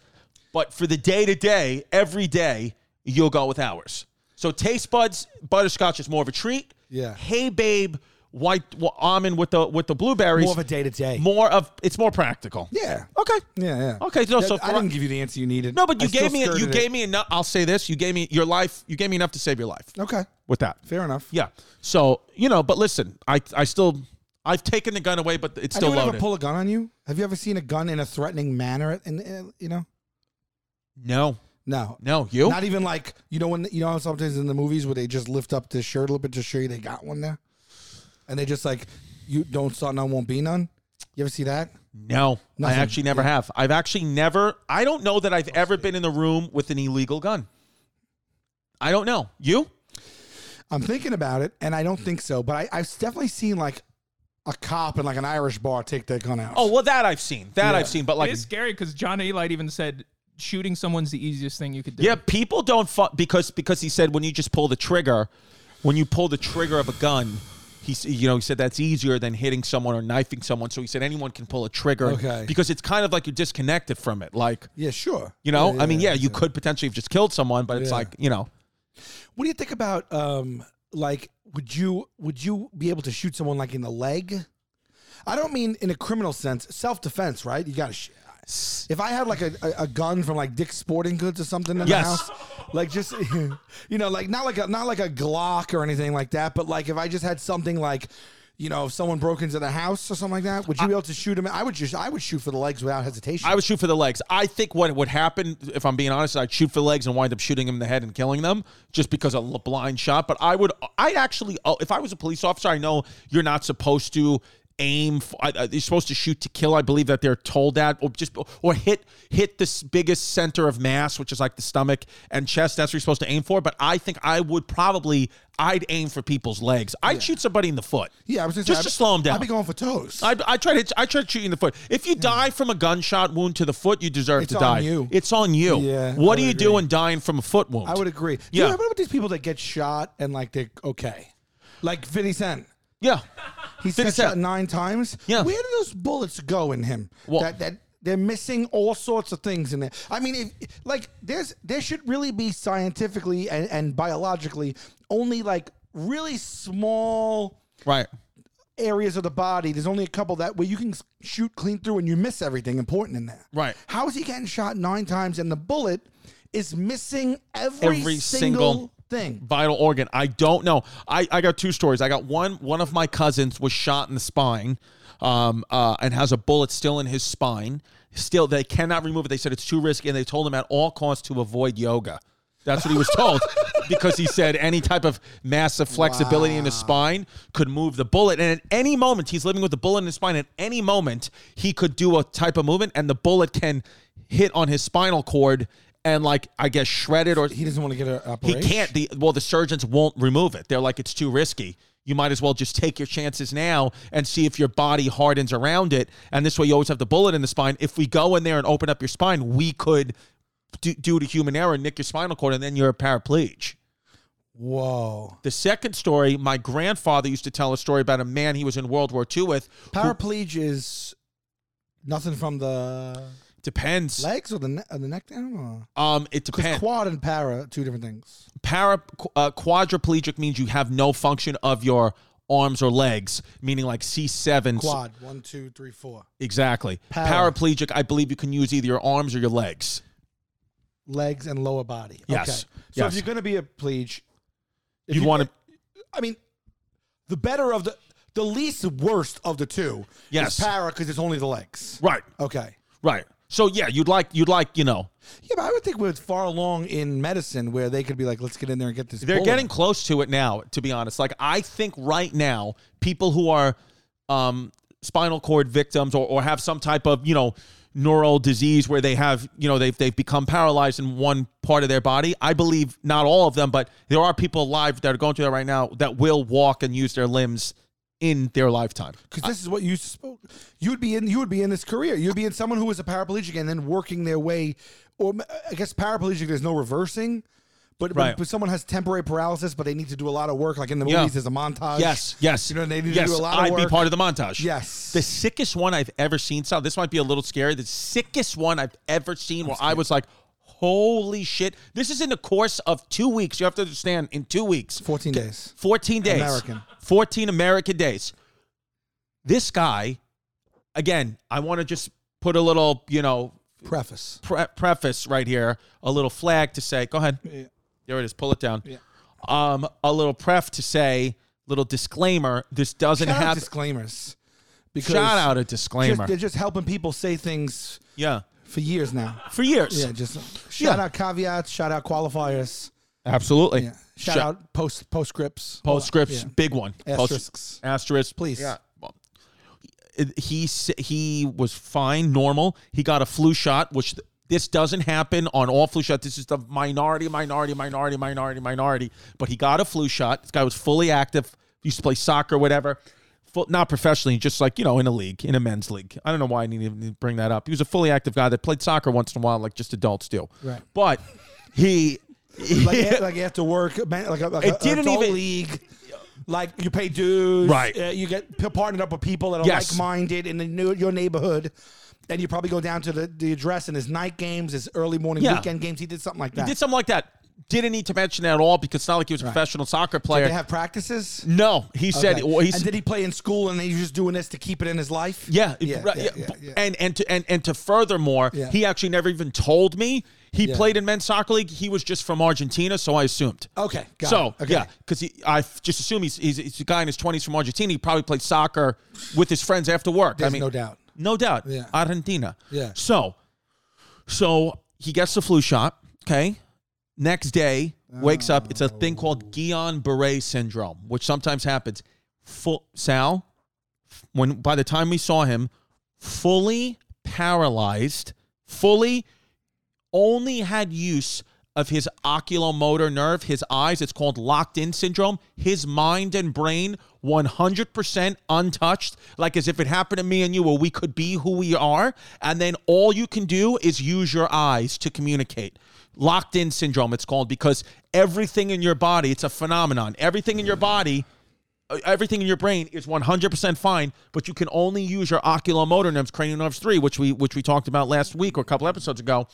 S3: But for the day to day, every day, you'll go with ours. So taste buds, butterscotch is more of a treat.
S2: Yeah.
S3: Hey babe, white wa- almond with the with the blueberries.
S2: More of a day-to-day.
S3: More of it's more practical.
S2: Yeah.
S3: Okay.
S2: Yeah, yeah.
S3: Okay, no, so
S2: I
S3: for-
S2: didn't give you the answer you needed.
S3: No, but
S2: I
S3: you
S2: still
S3: gave me you
S2: skirted it.
S3: gave me enough. I'll say this: you gave me your life. You gave me enough to save your life
S2: Okay,
S3: with that.
S2: fair enough.
S3: Yeah. So you know, but listen, I I still I've taken the gun away, but it's
S2: Have
S3: still
S2: you ever
S3: loaded.
S2: pull a gun on you? Have you ever seen a gun in a threatening manner? And you know,
S3: no,
S2: no,
S3: no, you.
S2: not even like you know when you know how sometimes in the movies where they just lift up the shirt a little bit to show you they got one there, and they just like you don't start none won't be none. You ever see that?
S3: No,
S2: Nothing.
S3: I actually never have. I've actually never. I don't know that I've ever been in the room with an illegal gun. I don't know. You?
S2: I'm thinking about it, and I don't think so. But I, I've definitely seen like a cop in like an Irish bar take their gun out.
S3: Oh well, that I've seen. That I've seen. But like,
S4: It is scary because John Elite even said shooting someone's the easiest thing you could do.
S3: yeah, people don't fuck because because he said when you just pull the trigger, when you pull the trigger of a gun. He, s- you know, he said that's easier than hitting someone or knifing someone. So he said anyone can pull a trigger
S2: Okay.
S3: because it's kind of like you're disconnected from it. Like,
S2: yeah, sure.
S3: you know,
S2: Yeah,
S3: I mean, yeah,
S2: yeah.
S3: you could potentially have just killed someone, but it's
S2: Yeah.
S3: like, you know,
S2: What do you think about um like would you would you be able to shoot someone like in the leg? I don't mean in a criminal sense, self defense, right? You got to sh- if I had like a, a, a gun from like Dick's Sporting Goods or something in
S3: Yes.
S2: the house, like just [LAUGHS] you know, like not like a not like a Glock or anything like that, but like if I just had something like, you know, if someone broke into the house or something like that, would you be able to shoot him? I would just I would shoot for the legs without hesitation.
S3: I would shoot for the legs. I think what would happen, if I'm being honest, is I'd shoot for the legs and wind up shooting them in the head and killing them just because of a blind shot. But I would, I'd actually, oh, if I was a police officer, I know you're not supposed to aim. For, I- I- you're supposed to shoot to kill. I believe that they're told that, or just or hit hit this biggest center of mass, which is like the stomach and chest. That's what you're supposed to aim for. But I think I would probably, I'd aim for people's legs. I'd shoot somebody in the foot.
S2: yeah, I was gonna say,
S3: just
S2: I'd-
S3: to slow them down.
S2: I'd be going for toes.
S3: I, I try to hit- I try to shoot you in the foot. If you die from a gunshot wound to the foot, you deserve
S2: It's
S3: to
S2: on
S3: die.
S2: you.
S3: It's on you.
S2: Yeah,
S3: What
S2: I
S3: are you
S2: would agree.
S3: doing dying from a foot wound?
S2: I would agree.
S3: Yeah.
S2: Yeah. what about these people that get shot and like they're okay? Like 50 Cent.
S3: Yeah.
S2: He's
S3: 50
S2: got
S3: Cent.
S2: shot nine times.
S3: Yeah.
S2: Where do those bullets go in him?
S3: Well-
S2: that that they're missing all sorts of things in there. I mean, if, like there's there should really be scientifically and, and biologically only like really small
S3: Right.
S2: areas of the body. There's only a couple that where you can s- shoot clean through and you miss everything important in there.
S3: Right.
S2: How is he getting shot nine times and the bullet is missing every,
S3: Every
S2: single,
S3: single-
S2: thing?
S3: Vital organ. I don't know. I, I got two stories. I got one. One of my cousins was shot in the spine, um, uh, and has a bullet still in his spine. Still, they cannot remove it. They said it's too risky, and they told him at all costs to avoid yoga. That's what he was told because he said any type of massive flexibility in his spine could move the bullet. And at any moment, he's living with the bullet in his spine. At any moment, he could do a type of movement, and the bullet can hit on his spinal cord and, like, I guess, shred it or
S2: He doesn't want to get an
S3: he
S2: operation.
S3: can't. The well, the surgeons won't remove it. They're like, it's too risky. You might as well just take your chances now and see if your body hardens around it. And this way, you always have the bullet in the spine. If we go in there and open up your spine, we could, do, due to human error, nick your spinal cord, and then you're a paraplegic.
S2: Whoa.
S3: The second story, my grandfather used to tell a story about a man he was in World War II with. who-
S2: Paraplegia is nothing from the
S3: depends.
S2: legs or the ne- or the neck down. Or?
S3: Um, it depends.
S2: Quad and para, two different things.
S3: para uh, quadriplegic means you have no function of your arms or legs, meaning like C seven.
S2: Quad, one, two, three, four.
S3: Exactly.
S2: Power.
S3: Paraplegic, I believe you can use either your arms or your legs.
S2: Legs and lower body.
S3: Yes.
S2: Okay. So
S3: Yes.
S2: if you're going to be a plege, If
S3: You'd
S2: you-
S3: want to.
S2: I mean, the better of the the least worst of the two.
S3: Yes.
S2: is para because it's only the legs.
S3: Right.
S2: Okay.
S3: Right. So yeah, you'd like you'd like you know
S2: Yeah, but I would think we're far along in medicine where they could be like, let's get in there and get this.
S3: they're
S2: bullet.
S3: getting close to it now. To be honest, like I think right now people who are um, spinal cord victims or, or have some type of you know neural disease where they have you know they've they've become paralyzed in one part of their body. I believe not all of them, but there are people alive that are going through that right now that will walk and use their limbs in their lifetime.
S2: because this is what you spoke. You would be in. You would be in this career. You'd be in someone who was a paraplegic and then working their way, or I guess paraplegic. There's no reversing. But, but-
S3: Right.
S2: but, someone has temporary paralysis, but they need to do a lot of work. Like in the movies,
S3: Yeah.
S2: there's a montage.
S3: Yes, yes.
S2: You know, they need to
S3: yes,
S2: do a lot of
S3: I'd be
S2: work.
S3: part of the montage.
S2: Yes.
S3: The sickest one I've ever seen, Sal, this might be a little scary. The sickest one I've ever seen where I was like, holy shit. This is in the course of two weeks. You have to understand, in two weeks,
S2: 14 days.
S3: 14 days.
S2: American.
S3: 14 American days. This guy, again, I want to just put a little, you know,
S2: Preface.
S3: pre- preface right here, a little flag to say, go ahead. There it is. Pull it down. Um, a little pref to say, little disclaimer. This doesn't
S2: Shout out
S3: have
S2: disclaimers. Because
S3: shout out a
S2: just-
S3: disclaimer.
S2: they're just helping people say things
S3: yeah,
S2: for years now.
S3: for years.
S2: Yeah, just shout
S3: Yeah.
S2: out caveats, shout out qualifiers,
S3: Absolutely.
S2: yeah. shout
S3: Sure.
S2: out post postscripts,
S3: Postscripts,
S2: Yeah.
S3: big one. Post-
S2: asterisks.
S3: Asterisk,
S2: Please.
S3: Yeah. Well, it- He s- he was fine, normal. He got a flu shot, which th- this doesn't happen on all flu shots. This is the minority, minority, minority, minority, minority. But he got a flu shot. This guy was fully active. Used to play soccer, whatever. Full, not professionally, just like you know, in a league, in a men's league. I don't know why I need to even bring that up. He was a fully active guy that played soccer once in a while, like just adults do.
S2: Right.
S3: But he,
S2: Like, a- like after work, man, like a, like
S3: It
S2: a- a
S3: didn't
S2: adult
S3: even-
S2: league. Like you pay dues,
S3: Right.
S2: Uh, you get p- partnered up with people that are
S3: Yes.
S2: like-minded in the new, your neighborhood, and you probably go down to the, the address and his night games, his early morning
S3: Yeah.
S2: weekend games. He did something like that.
S3: did something like that. Didn't need to mention that at all because it's not like he was a professional soccer player.
S2: they have practices.
S3: No, he said.
S2: Okay.
S3: Well, he
S2: and
S3: said
S2: did he play in school and he's just doing this to keep it in his life?
S3: yeah,
S2: Yeah.
S3: right,
S2: yeah,
S3: yeah,
S2: yeah,
S3: b-
S2: yeah.
S3: and and to and, and to furthermore,
S2: Yeah.
S3: he actually never even told me he
S2: Yeah.
S3: played in men's soccer league. He was just from Argentina, so I assumed.
S2: Okay. Oh, Got
S3: so
S2: it. Okay.
S3: yeah, because I f- just assume he's, he's he's a guy in his twenties from Argentina. He probably played soccer with his friends after work.
S2: There's
S3: I mean,
S2: no doubt.
S3: no doubt,
S2: Yeah.
S3: Argentina.
S2: Yeah.
S3: So, so he gets the flu shot. Okay. Next day, wakes up. It's a thing called Guillain-Barré syndrome, which sometimes happens. Full Sal, when by the time we saw him, fully paralyzed, fully only had use of his oculomotor nerve, his eyes. It's called locked in syndrome. His mind and brain 100% untouched, like as if it happened to me and you, where we could be who we are. And then all you can do is use your eyes to communicate. Locked in syndrome, it's called because everything in your body, it's a phenomenon. Everything in your body uh, everything in your brain is 100% fine, but you can only use your oculomotor nerves, cranial nerves 3, which we which we talked about last week or a couple episodes ago,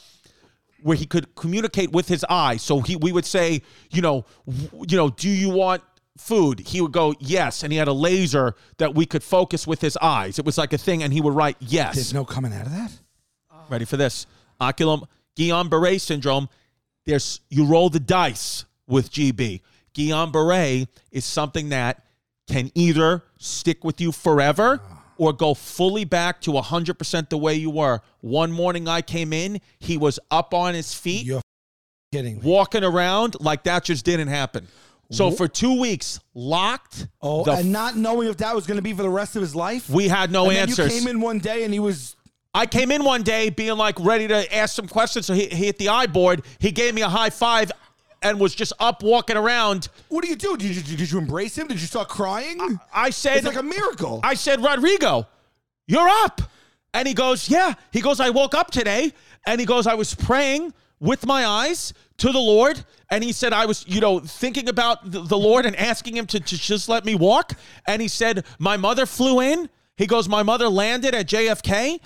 S3: where he could communicate with his eyes. So he we would say, you know, w- you know, do you want food? He would go, "Yes," and he had a laser that we could focus with his eyes. It was like a thing and he would write, "Yes."
S2: There's no coming out of that.
S3: Ready for this? Oculum Guillain-Barré syndrome. There's you roll the dice with GB. Guillain-Barré is something that can either stick with you forever or go fully back to 100% the way you were. One morning I came in, he was up on his feet,
S2: You're kidding. Me.
S3: walking around like that just didn't happen. So for 2 weeks locked,
S2: Oh,
S3: the
S2: and
S3: f-
S2: not knowing if that was going to be for the rest of his life.
S3: we had no
S2: and then
S3: answers.
S2: You came in one day and he was.
S3: I came in one day being like ready to ask some questions. So he, he hit the eye board. He gave me a high five and was just up walking around.
S2: What do you do? Did you did you embrace him? Did you start crying?
S3: I said,
S2: it's like a miracle.
S3: I said, Rodrigo, you're up. And he goes, Yeah. He goes, I woke up today. And he goes, I was praying with my eyes to the Lord. And he said, I was, you know, thinking about the, the Lord and asking him to, to just let me walk. And he said, My mother flew in. He goes, My mother landed at JFK.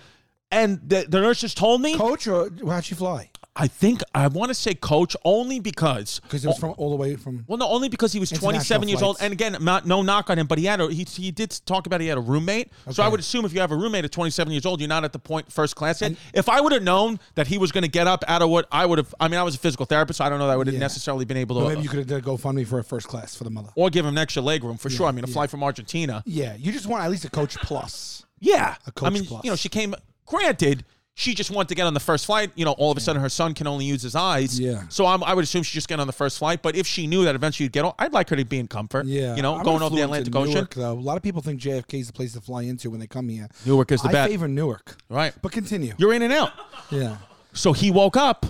S3: And the, the nurse just told me
S2: Coach, or how'd she fly?
S3: I think I want to say coach only because
S2: because it was from all the way from.
S3: Well, no, only because he was
S2: International
S3: 27 years old.
S2: flights.
S3: And again, not, no knock on him, but he had a, he, he did talk about he had a roommate. So I
S2: Okay.
S3: would assume if you have a roommate at 27 years old, you're not at the point first class yet. if I would have known that he was going to get up out of what I would have, I mean, I was a physical therapist, so I don't know that I would have
S2: Yeah.
S3: necessarily been able to,
S2: Or maybe you could have did a GoFundMe for a first class for the mother.
S3: or give him an extra leg room for sure. I mean, a flight from Argentina.
S2: Yeah, you just want at least a coach plus.
S3: Yeah. I
S2: coach
S3: mean,
S2: plus.
S3: you know, she came, granted, she just wanted to get on the first flight. You know, all of a sudden her son can only use his eyes.
S2: Yeah.
S3: So I'm, I would assume she just get on the first flight. But if she knew that eventually you'd get on, I'd like her to be in comfort.
S2: Yeah,
S3: You know,
S2: I'm
S3: going over the
S2: influenced in
S3: Atlantic Ocean.
S2: Newark, though. A lot of people think JFK is the place to fly into when they come here.
S3: Newark is the
S2: I
S3: best.
S2: favor Newark.
S3: Right.
S2: But continue.
S3: You're in and out.
S2: yeah.
S3: So he woke up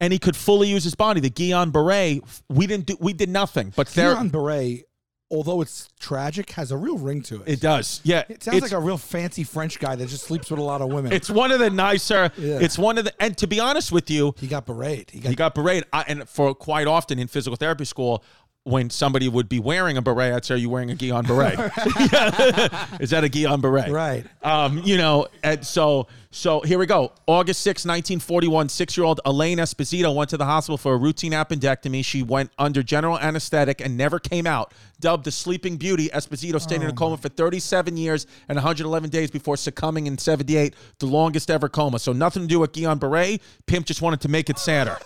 S3: and he could fully use his body. The Guillain Barre, we didn't do, we did nothing. But there,
S2: Theon Beret, although it's tragic, has a real ring to it.
S3: it does. Yeah,
S2: It sounds
S3: it's,
S2: like a real fancy French guy that just sleeps with a lot of women.
S3: it's one of the nicer.
S2: Yeah.
S3: It's one of the. And to be honest with you,
S2: he got berated. He got,
S3: he got berated. I, and for quite often in physical therapy school. When somebody would be wearing a beret, I'd say, "Are you wearing a Guillain Barre? Yeah. [LAUGHS] Is that a Guillain Barre?
S2: right.
S3: Um, you know, and so so here we go. August 6, 1941, six-year-old Elaine Esposito went to the hospital for a routine appendectomy. She went under general anesthetic and never came out. Dubbed the Sleeping Beauty, Esposito stayed in a coma for 37 years and 111 days before succumbing in 78, the longest ever coma. So nothing to do with Guillain Barre. Pimp just wanted to make it sadder.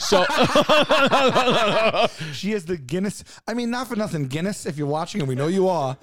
S3: So
S2: She is the Guinness. I mean, not for nothing, Guinness. If you're watching, and we know you are,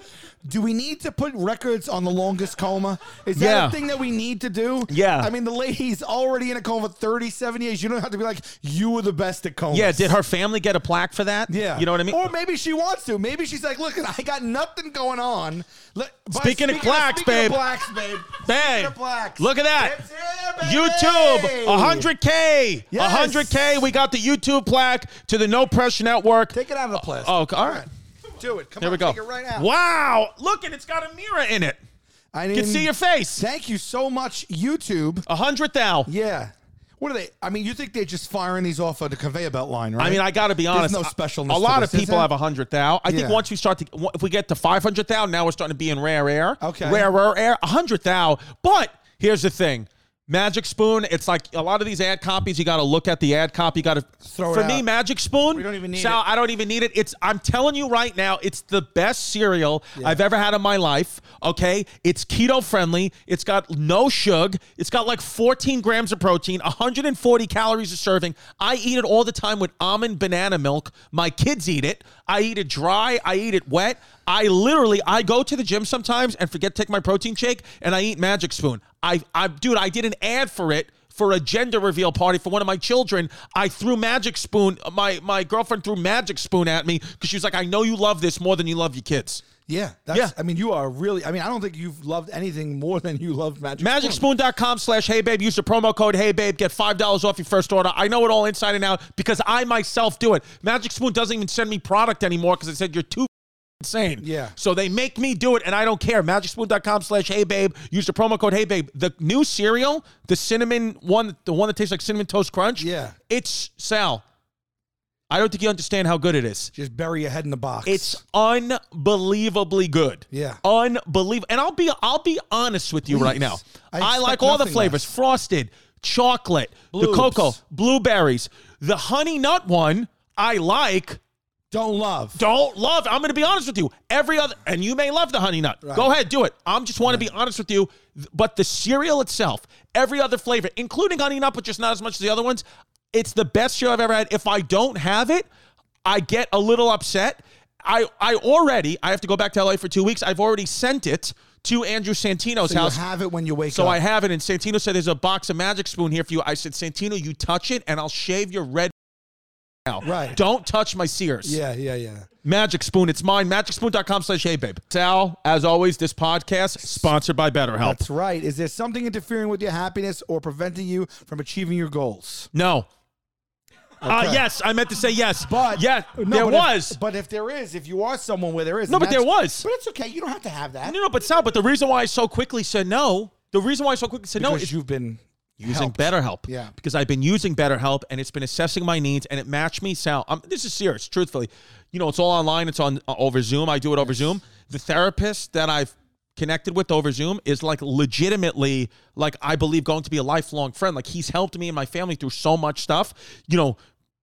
S2: do we need to put records on the longest coma? Is that
S3: Yeah.
S2: a thing that we need to do?
S3: Yeah.
S2: I mean, the lady's already in a coma for 37 years. You don't have to be like, you were the best at comas.
S3: yeah, did her family get a plaque for that?
S2: Yeah.
S3: You know what I mean?
S2: Or maybe she wants to. Maybe she's like, look, I got nothing going on. Let- but
S3: Speaking of plaques,
S2: speaking
S3: babe.
S2: Of plaques,
S3: [LAUGHS]
S2: babe.
S3: Bang.
S2: Speaking of plaques.
S3: Look at that.
S2: It's here,
S3: YouTube,
S2: baby.
S3: 100K.
S2: Yes.
S3: 100K. We got the YouTube plaque to the No Pressure Network.
S2: Take it out of the plastic.
S3: oh, all right.
S2: Do it. Come
S3: There
S2: on,
S3: we go.
S2: Take it right out.
S3: Wow. Look, and it's got a mirror in it.
S2: I
S3: You can see your face.
S2: Thank you so much, YouTube.
S3: 100 thou.
S2: Yeah. What are they? I mean, you think they're just firing these off of the conveyor belt line, right?
S3: I mean, I got to be honest.
S2: no
S3: I-
S2: specialness
S3: A
S2: to
S3: lot
S2: this,
S3: of
S2: is
S3: people
S2: there?
S3: have a hundred thou. I think
S2: Yeah.
S3: once we start to, if we get to five hundred thou, now we're starting to be in rare air.
S2: Okay.
S3: rarer air, a hundred thou. But here's the thing. Magic Spoon, it's like a lot of these ad copies. You got to look at the ad copy. You got to
S2: Throw it
S3: For me,
S2: out.
S3: Magic Spoon.
S2: We don't even need
S3: Sal,
S2: it.
S3: I don't even need it. It's. I'm telling you right now, it's the best cereal I've ever had in my life. Okay, it's keto friendly. It's got no sugar. It's got like 14 grams of protein, 140 calories a serving. I eat it all the time with almond banana milk. My kids eat it. I eat it dry. I eat it wet. I literally, I go to the gym sometimes and forget to take my protein shake, and I eat Magic Spoon. I, I, dude, I did an ad for it for a gender reveal party for one of my children. I threw Magic Spoon. My my girlfriend threw Magic Spoon at me because she was like, "I know you love this more than you love your kids."
S2: yeah, that's,
S3: Yeah.
S2: I mean, you are really. I mean, I don't think you've loved anything more than you love Magic. Spoon.
S3: MagicSpoon.com slash Hey Babe. Use the promo code Hey Babe. Get five dollars off your first order. I know it all inside and out because I myself do it. Magic Spoon doesn't even send me product anymore because I said you're too insane.
S2: Yeah.
S3: So they make me do it and I don't care. MagicSpoon.com slash hey babe. Use the promo code hey babe. The new cereal, the cinnamon one, the one that tastes like cinnamon toast crunch.
S2: Yeah.
S3: It's Sal. I don't think you understand how good it is.
S2: Just bury your head in the box.
S3: It's unbelievably good.
S2: Yeah.
S3: Unbelievable. And I'll be I'll be honest with you right
S2: Please.
S3: now.
S2: I
S3: I,
S2: expect
S3: like all the
S2: nothing
S3: flavors.
S2: less.
S3: Frosted, chocolate, the
S2: Bloobs.
S3: cocoa, blueberries. The honey nut one I like.
S2: don't love.
S3: Don't love. I'm going to be honest with you. Every other and you may love the honey nut. Go ahead, do it. I'm just want to be honest with you, Th- but the cereal itself, every other flavor, including honey nut but just not as much as the other ones, it's the best cereal I've ever had. If I don't have it, I get a little upset. I I already I have to go back to LA for 2 weeks. I've already sent it to Andrew Santino's
S2: you
S3: house.
S2: have it when you wake
S3: so
S2: up.
S3: I have it, and Santino said, "There's a box of Magic Spoon here for you." I said, "Santino, you touch it, and I'll shave your red now.
S2: Right.
S3: Don't touch my Sears."
S2: yeah, yeah, yeah.
S3: Magic Spoon. It's mine. MagicSpoon.com slash hey babe. Sal, as always, this podcast sponsored by BetterHelp.
S2: That's right. Is there something interfering with your happiness or preventing you from achieving your goals?
S3: no. Uh,
S2: Okay.
S3: yes, I meant to say yes.
S2: But
S3: yeah,
S2: no,
S3: there
S2: but if-
S3: was.
S2: but if there is, if you are someone where there is,
S3: No,
S2: and
S3: but there
S2: that's-
S3: was.
S2: But it's okay. You don't have to have that.
S3: no, no, but Sal, but the reason why I so quickly said no, the reason why I so quickly said no
S2: because
S3: is
S2: you've been
S3: using
S2: helped.
S3: BetterHelp.
S2: Yeah.
S3: Because I've been using BetterHelp and it's been assessing my needs and it matched me. Sal, I'm, this is serious, truthfully. You know, it's all online. It's on uh, over Zoom. I do it over Zoom. The therapist that I've connected with over Zoom is like legitimately like I believe going to be a lifelong friend. Like he's helped me and my family through so much stuff, you know,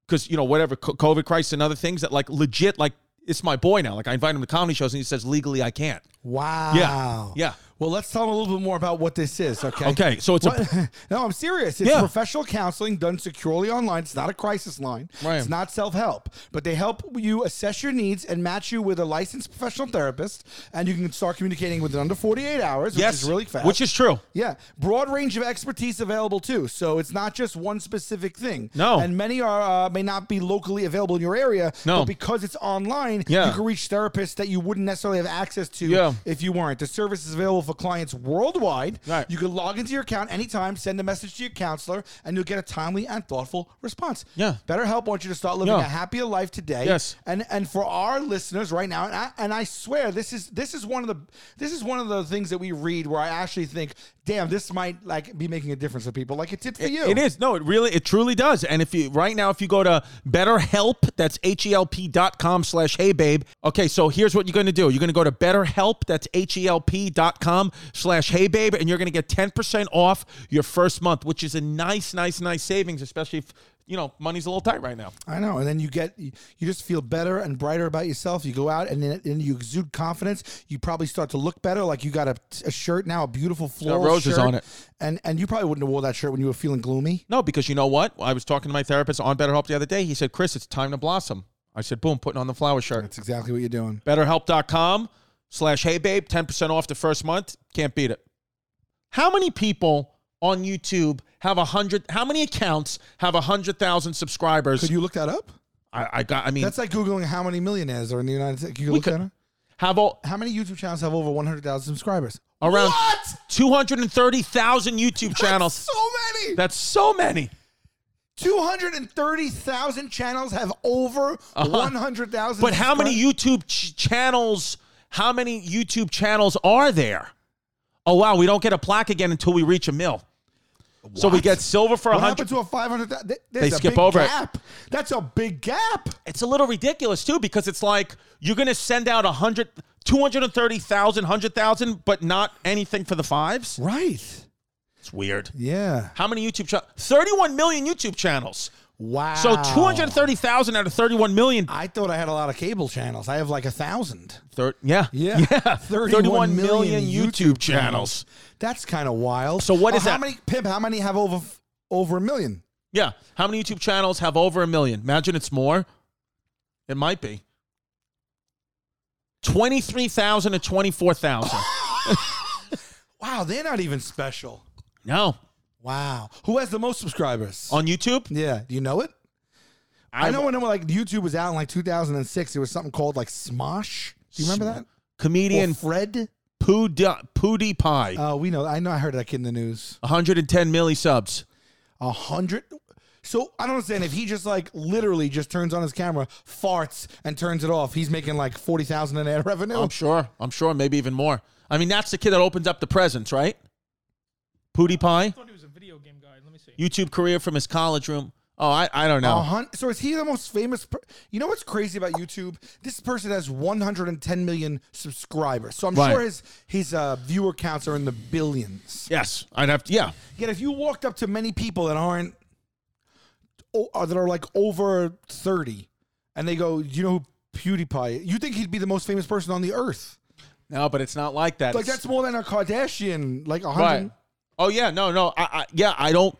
S3: because you know whatever co- COVID crisis and other things that like legit like it's my boy now. Like I invite him to comedy shows and he says legally I can't.
S2: Wow.
S3: yeah.
S2: Well, let's tell them a little bit more about what this is, okay?
S3: Okay, so it's a-
S2: What- [LAUGHS] no, I'm serious. It's
S3: Yeah.
S2: professional counseling done securely online. It's not a crisis line.
S3: Right.
S2: It's not self-help, but they help you assess your needs and match you with a licensed professional therapist, and you can start communicating within under 48 hours, which
S3: yes,
S2: is really fast.
S3: Which is true.
S2: Yeah, broad range of expertise available too. So it's not just one specific thing.
S3: No.
S2: and many are uh, may not be locally available in your area.
S3: No.
S2: but because it's online,
S3: Yeah.
S2: you can reach therapists that you wouldn't necessarily have access to
S3: Yeah.
S2: if you weren't. The service is available for clients worldwide.
S3: Right.
S2: You can log into your account anytime, send a message to your counselor, and you'll get a timely and thoughtful response.
S3: Yeah.
S2: BetterHelp wants you to start living
S3: Yeah.
S2: a happier life today.
S3: Yes.
S2: and and for our listeners right now, and I, and I swear this is this is one of the this is one of the things that we read where I actually think, damn, this might like be making a difference for people, like it did for you.
S3: It is. No, it really, it truly does. And if you, right now, if you go to BetterHelp, that's H-E-L-P dot com slash Hey Babe. Okay, so here's what you're going to do. You're going to go to BetterHelp, that's H-E-L-P dot com slash Hey Babe, and you're going to get 10% off your first month, which is a nice, nice, nice savings, especially if, you know, money's a little tight right now.
S2: I know, and then you get you just feel better and brighter about yourself. You go out and then and you exude confidence. You probably start to look better. Like you got a, a shirt now, a beautiful floral
S3: roses
S2: shirt.
S3: on it.
S2: and and you probably wouldn't have wore that shirt when you were feeling gloomy.
S3: No, because you know what? I was talking to my therapist on BetterHelp the other day. He said, Chris, it's time to blossom. I said, boom, putting on the flower shirt.
S2: That's exactly what you're doing.
S3: BetterHelp.com slash Hey Babe, 10% off the first month. Can't beat it. How many people on YouTube have a hundred? How many accounts have a hundred thousand subscribers?
S2: Could you look that up?
S3: I, I got. I mean,
S2: That's like googling how many millionaires are in the United States. Can you
S3: We
S2: look
S3: could-
S2: that up?
S3: have a,
S2: How many YouTube channels have over 100,000 subscribers?
S3: around
S2: What?
S3: two hundred and thirty thousand YouTube channels.
S2: So many.
S3: That's so many.
S2: 230,000 channels have over 100,000.
S3: Uh-huh. But how many
S2: subscribers.
S3: YouTube ch- channels? How many YouTube channels are there? Oh wow, we don't get a plaque again until we reach a mil. So we get silver for a
S2: What
S3: hundred.
S2: happened to a 500? Th-
S3: They
S2: there's a
S3: skip
S2: big
S3: over it.
S2: gap. That's a big gap.
S3: it's a little ridiculous too because it's like you're going to send out 100 230,000 100,000 but not anything for the fives
S2: Right.
S3: it's weird
S2: Yeah.
S3: how many youtube channels 31 million youtube channels
S2: Wow.
S3: so 230,000 out of 31 million
S2: I thought I had a lot of cable channels. I have like a thousand.
S3: Thir- yeah
S2: Yeah.
S3: [LAUGHS] 31 million youtube channels
S2: That's kind of wild.
S3: So what
S2: Oh,
S3: is
S2: how
S3: that?
S2: many Pip, how many have over f- over a million?
S3: yeah how many youtube channels have over a million imagine it's more it might be 23,000 to [LAUGHS] 24,000
S2: Wow, they're not even special.
S3: no
S2: Wow. Who has the most subscribers?
S3: on youtube
S2: yeah. Do you know it? I, know when like YouTube was out in like 2006, there was something called like Smosh. Do you remember that? Or
S3: comedian
S2: Fred?
S3: Poo Pudi Pie,
S2: Oh, we know. I know. I heard that kid in the news.
S3: 110 milli subs.
S2: A hundred. So I don't understand if he just like literally just turns on his camera, farts, and turns it off. He's making like forty thousand in ad revenue.
S3: I'm sure. Oh. I'm sure. Maybe even more. I mean, that's the kid that opens up the presents, right? Pudi Pie,
S4: I thought he was a video game guy. Let me see.
S3: YouTube career from his college room. Oh, I, I don't
S2: A
S3: know.
S2: hun- so is he the most famous? Per- you know what's crazy about YouTube? This person has 110 million subscribers. So I'm
S3: Right.
S2: sure his his uh, viewer counts are in the billions.
S3: Yes, I'd have to. Yeah,
S2: Yet if you walked up to many people that aren't oh, uh, that are like over 30 and they go, "Do you know who PewDiePie? is?" You think he'd be the most famous person on the earth?
S3: no, but it's not like that.
S2: Like
S3: It's-
S2: that's more than a Kardashian, like a
S3: right.
S2: hundred.
S3: Oh yeah, no, no. I, I yeah, I don't.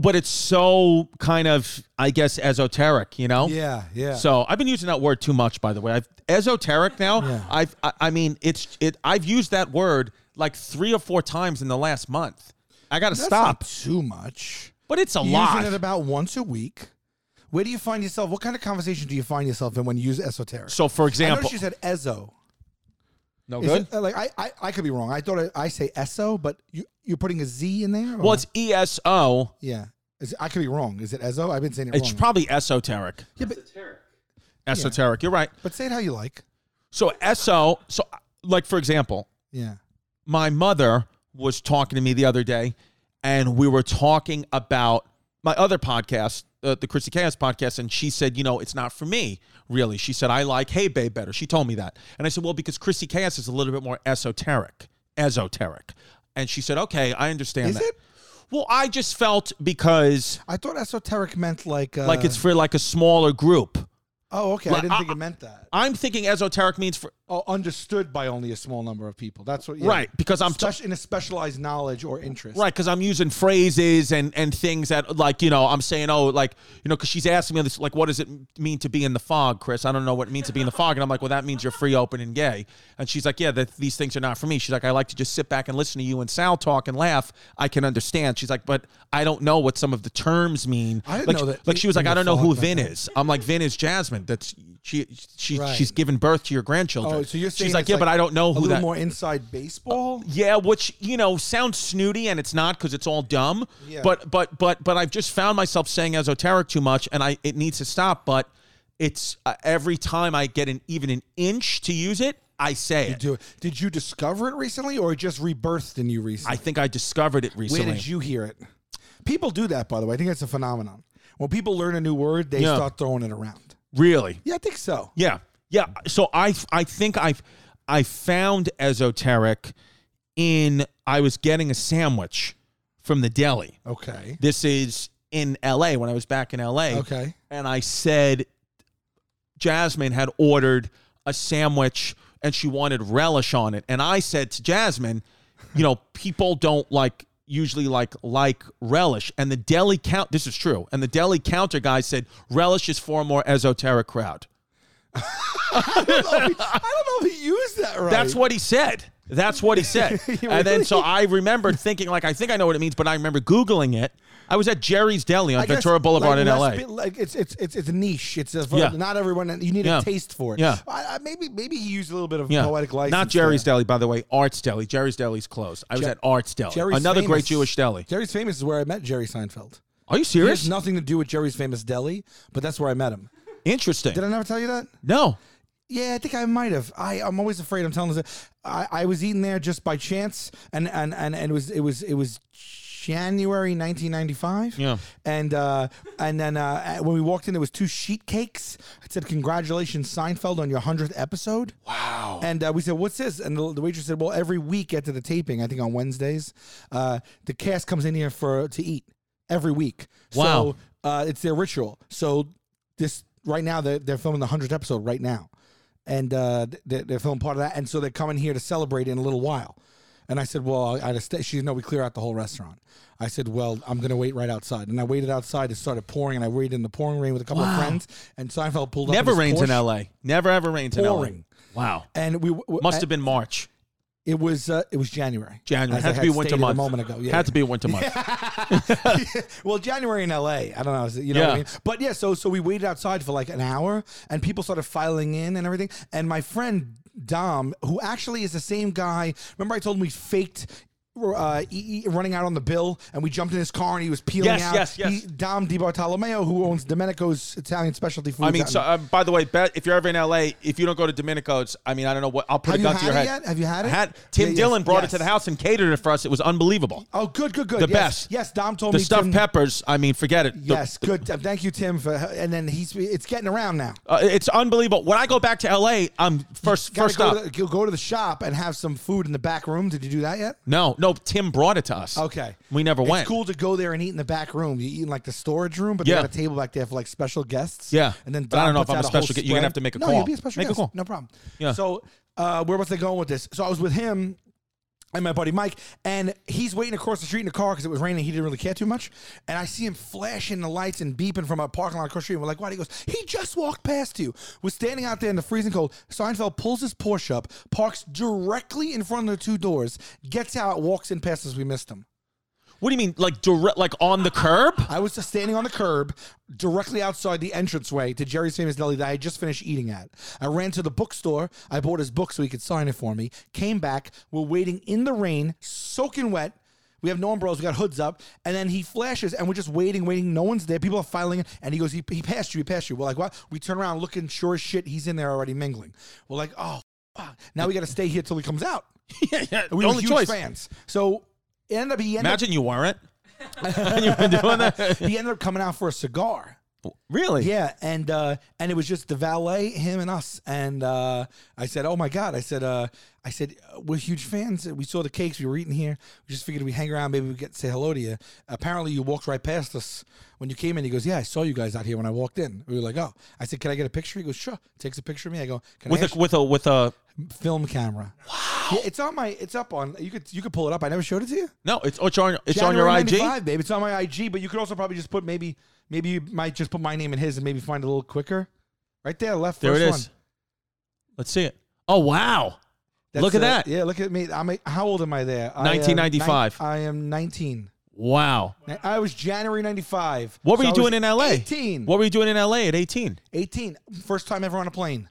S3: But it's so kind of, I guess, esoteric, you know?
S2: Yeah, yeah.
S3: So I've been using that word too much, by the way. I've esoteric now.
S2: Yeah.
S3: I've I, I mean it's it. I've used that word like three or four times in the last month. I got to
S2: That's
S3: stop.
S2: not too much.
S3: but it's a
S2: Using
S3: lot.
S2: it about once a week. Where do you find yourself? What kind of conversation do you find yourself in when you use esoteric?
S3: so for
S2: I know
S3: example,
S2: she said Ezo.
S3: no
S2: Is
S3: good.
S2: it- uh, like I, I, I could be wrong. I thought I, I say Eso, but you, you're putting a Z in there. or-
S3: well, it's E S O.
S2: yeah. Is it- I could be wrong. Is it Ezo? I've been saying it
S3: It's
S2: wrong.
S3: probably esoteric.
S2: Yeah, but,
S3: Esoteric. You're right.
S2: but say it how you like.
S3: So eso. So like for example,
S2: Yeah.
S3: my mother was talking to me the other day, and we were talking about my other podcast, uh, the Christy Chaos podcast, and she said, you know, it's not for me, really. She said, I like Hey Babe better. She told me that. And I said, well, because Christy Chaos is a little bit more esoteric. esoteric. And she said, okay, I understand
S2: Is
S3: that.
S2: it?
S3: Well, I just felt because
S2: I thought esoteric meant like uh,
S3: like it's for like a smaller group.
S2: Oh, okay. I
S3: like,
S2: didn't
S3: I-
S2: think it meant that.
S3: I'm thinking esoteric means for
S2: Oh, understood by only a small number of people. That's what. yeah.
S3: right because I'm t-
S2: Spec- in a specialized knowledge or interest.
S3: right because I'm using phrases and and things that like you know I'm saying oh like you know because she's asking me this like what does it mean to be in the fog, Chris? I don't know what it means to be in the fog, and I'm like well that means you're free, open, and gay. And she's like yeah that these things are not for me. She's like I like to just sit back and listen to you and Sal talk and laugh. I can understand. She's like but I don't know what some of the terms mean.
S2: I didn't
S3: like,
S2: know that
S3: Like she was
S2: in
S3: like
S2: the
S3: I don't know
S2: fog
S3: who
S2: meant
S3: Vin
S2: that.
S3: is. I'm like Vin is Jasmine. That's she she
S2: Right.
S3: she's given birth to your grandchildren.
S2: Oh, so you're saying
S3: she's like
S2: it's
S3: yeah, but I don't know
S2: a
S3: who
S2: little
S3: that.
S2: more inside baseball.
S3: Yeah, which you know sounds snooty, and it's not because it's all dumb.
S2: Yeah.
S3: But but but but I've just found myself saying esoteric too much, and I it needs to stop. But it's uh, every time I get an even an inch to use it, I say it.
S2: Do it. Did you discover it recently, or it just rebirthed in you recently?
S3: I think I discovered it
S2: Where
S3: recently.
S2: did you hear it? People do that, by the way. I think that's a phenomenon. When people learn a new word, they
S3: Yeah.
S2: start throwing it around.
S3: really?
S2: Yeah, I think so.
S3: Yeah, yeah. So I I think I I found esoteric in I was getting a sandwich from the deli.
S2: Okay.
S3: This is in L.A. when I was back in L.A.
S2: Okay.
S3: and I said Jasmine had ordered a sandwich and she wanted relish on it. And I said to Jasmine, you know, [LAUGHS] people don't like usually like like relish. And the deli count this is true. And the deli counter guy said relish is for a more esoteric crowd.
S2: I don't know if he used that right.
S3: That's what he said. That's what
S2: [LAUGHS]
S3: he said. And then so I remembered thinking like I think I know what it means, but I remember googling it. I was at Jerry's Deli on
S2: I guess,
S3: Ventura Boulevard
S2: like,
S3: in
S2: less
S3: LA.
S2: bit- like it's it's it's it's a niche. It's a,
S3: Yeah.
S2: not everyone. You need
S3: Yeah.
S2: a taste for it.
S3: Yeah.
S2: I, I, maybe maybe he used a little bit of
S3: Yeah.
S2: poetic license.
S3: Not Jerry's
S2: there.
S3: Deli, by the way. Arts Deli. Jerry's Deli's closed. I was
S2: Je-
S3: at Arts Deli.
S2: Jerry's
S3: Another great
S2: famous.
S3: Jewish deli.
S2: Jerry's famous is where I met Jerry Seinfeld.
S3: Are you
S2: It has
S3: serious?
S2: nothing to do with Jerry's famous deli, but that's where I met him.
S3: Interesting.
S2: Did I never tell you that?
S3: no.
S2: Yeah, I think I might have. I, I'm always afraid. I'm telling this. I, I was eating there just by chance, and and and, and it was it was it was January 1995.
S3: Yeah.
S2: And uh, and then uh, when we walked in, there was two sheet cakes. It said, "Congratulations, Seinfeld, on your hundredth episode."
S3: Wow.
S2: And uh, we said, "What's this?" And the, the waitress said, "Well, every week after the taping, I think on Wednesdays, uh, the cast comes in here for to eat every week.
S3: Wow.
S2: So uh, it's their ritual. So this right now, they're, they're filming the hundredth episode right now, and uh, they're, they're filming part of that. And so they're coming here to celebrate in a little while." And I said, "Well, I had to stay." She said, "No, we clear out the whole restaurant." I said, "Well, I'm going to wait right outside." And I waited outside. It started pouring, and I waited in the pouring rain with a couple of friends. And Seinfeld pulled up.
S3: Never
S2: in his
S3: rains in
S2: Porsche,
S3: LA. Never ever rains
S2: Boring.
S3: in LA. Wow.
S2: And we w- uh,
S3: Must have been March.
S2: it was uh, it was January.
S3: January.
S2: As I
S3: Had to be winter
S2: stated
S3: month.
S2: A moment ago, yeah.
S3: Had to be a
S2: [LAUGHS]
S3: winter month.
S2: well, January in L.A. I don't know. You know what
S3: Yeah.
S2: I mean? But yeah, so so we waited outside for like an hour, and people started filing in and everything. And my friend Dom, who actually is the same guy, remember I told him we faked. Uh, e- E running out on the bill, and we jumped in his car, and he was peeling
S3: Yes,
S2: out.
S3: yes, yes.
S2: He, Dom Di Bartolomeo, who owns Domenico's Italian specialty food.
S3: I mean, so, uh, by the way, bet if you're ever in LA, if you don't go to Domenico's, I mean, I don't know what. I'll put
S2: Have
S3: a
S2: you
S3: gun to
S2: had
S3: your
S2: it
S3: head.
S2: yet? Have you had
S3: I
S2: it?
S3: had Tim
S2: Yeah,
S3: Dillon
S2: yes,
S3: brought
S2: yes.
S3: it to the house and catered it for us. It was unbelievable.
S2: oh, good, good, good.
S3: The
S2: yes.
S3: best.
S2: Yes, Dom told
S3: the
S2: me
S3: stuffed
S2: Tim-
S3: peppers. I mean, forget it. The-
S2: Yes, good. Uh, Thank you, Tim, for. And then he's it's getting around now.
S3: uh, it's unbelievable. When I go back to LA, I'm first.
S2: Gotta
S3: First
S2: go
S3: up,
S2: to the, go- go to the shop and have some food in the back room. Did you do that yet?
S3: No, no. Tim brought it to us.
S2: Okay,
S3: We never
S2: it's
S3: went.
S2: cool to go there and eat in the back room. You eat in like the storage room, but
S3: Yeah.
S2: they got a table back there for like special guests.
S3: Yeah.
S2: and then
S3: But I don't
S2: Don
S3: know
S2: puts
S3: if I'm
S2: out
S3: a
S2: whole
S3: special guest. You're gonna have to
S2: spread.
S3: make a
S2: no,
S3: call.
S2: You'll be a special
S3: Make a
S2: guest.
S3: call.
S2: No problem.
S3: Yeah.
S2: So uh, where was I going with this? So I was with him. And my buddy Mike, and he's waiting across the street in the car because it was raining. He didn't really care too much. And I see him flashing the lights and beeping from a parking lot across the street. And we're like, what? He goes, he just walked past you. Was standing out there in the freezing cold. Seinfeld pulls his Porsche up, parks directly in front of the two doors, gets out, walks in past us. We missed him.
S3: What do you mean, like direct, like on
S2: [LAUGHS]
S3: the curb?
S2: I was just standing on the curb directly outside the entranceway to Jerry's Famous Deli that I had just finished eating at. I ran to the bookstore. I bought his book so he could sign it for me. Came back. We're waiting in the rain, soaking wet. We have no umbrellas. We got hoods up. And then he flashes, and we're just waiting, waiting. No one's there. People are filing in. And he goes, he, he passed you. He passed you. We're like, what? We turn around looking. Sure as shit, he's in there already mingling. We're like, oh, fuck. Now we got to stay here till he comes out.
S3: yeah, yeah.
S2: And we were
S3: only
S2: huge
S3: choice.
S2: fans. So it ended up, he ended up [LAUGHS]
S3: Imagine you weren't. you were doing that.
S2: he ended up coming out for a cigar.
S3: Really?
S2: Yeah, and uh, and it was just the valet, him and us. And uh, I said, "Oh my god!" I said, uh, "I said uh, we're huge fans. We saw the cakes we were eating here. We just figured we would hang around, maybe we get to say hello to you." Apparently, you walked right past us when you came in. He goes, "Yeah, I saw you guys out here when I walked in." We were like, "Oh," I said, "Can I get a picture?" He goes, "Sure." Takes a picture of me. I go, "Can I?"
S3: With
S2: ask
S3: a with a with a
S2: you-" film camera. Wow. Yeah, it's on my. It's up on. You could you could pull it up. I never showed it to you.
S3: no, it's it's on it's
S2: January
S3: on your IG.
S2: 95, babe. It's on my IG, but you could also probably just put maybe maybe you might just put my name and his and maybe find it a little quicker. Right there, left.
S3: There it
S2: first
S3: is.
S2: One.
S3: Let's see it. Oh wow!
S2: That's
S3: Look at
S2: it.
S3: that.
S2: Yeah, look at me. I'm a, how old am I there? I am
S3: 1995.
S2: nine- I am 19.
S3: Wow.
S2: Ni- I was January 95.
S3: What were
S2: So
S3: you
S2: I
S3: doing
S2: was
S3: in LA?
S2: 18.
S3: What were you doing in LA at 18?
S2: 18. First time ever on a plane.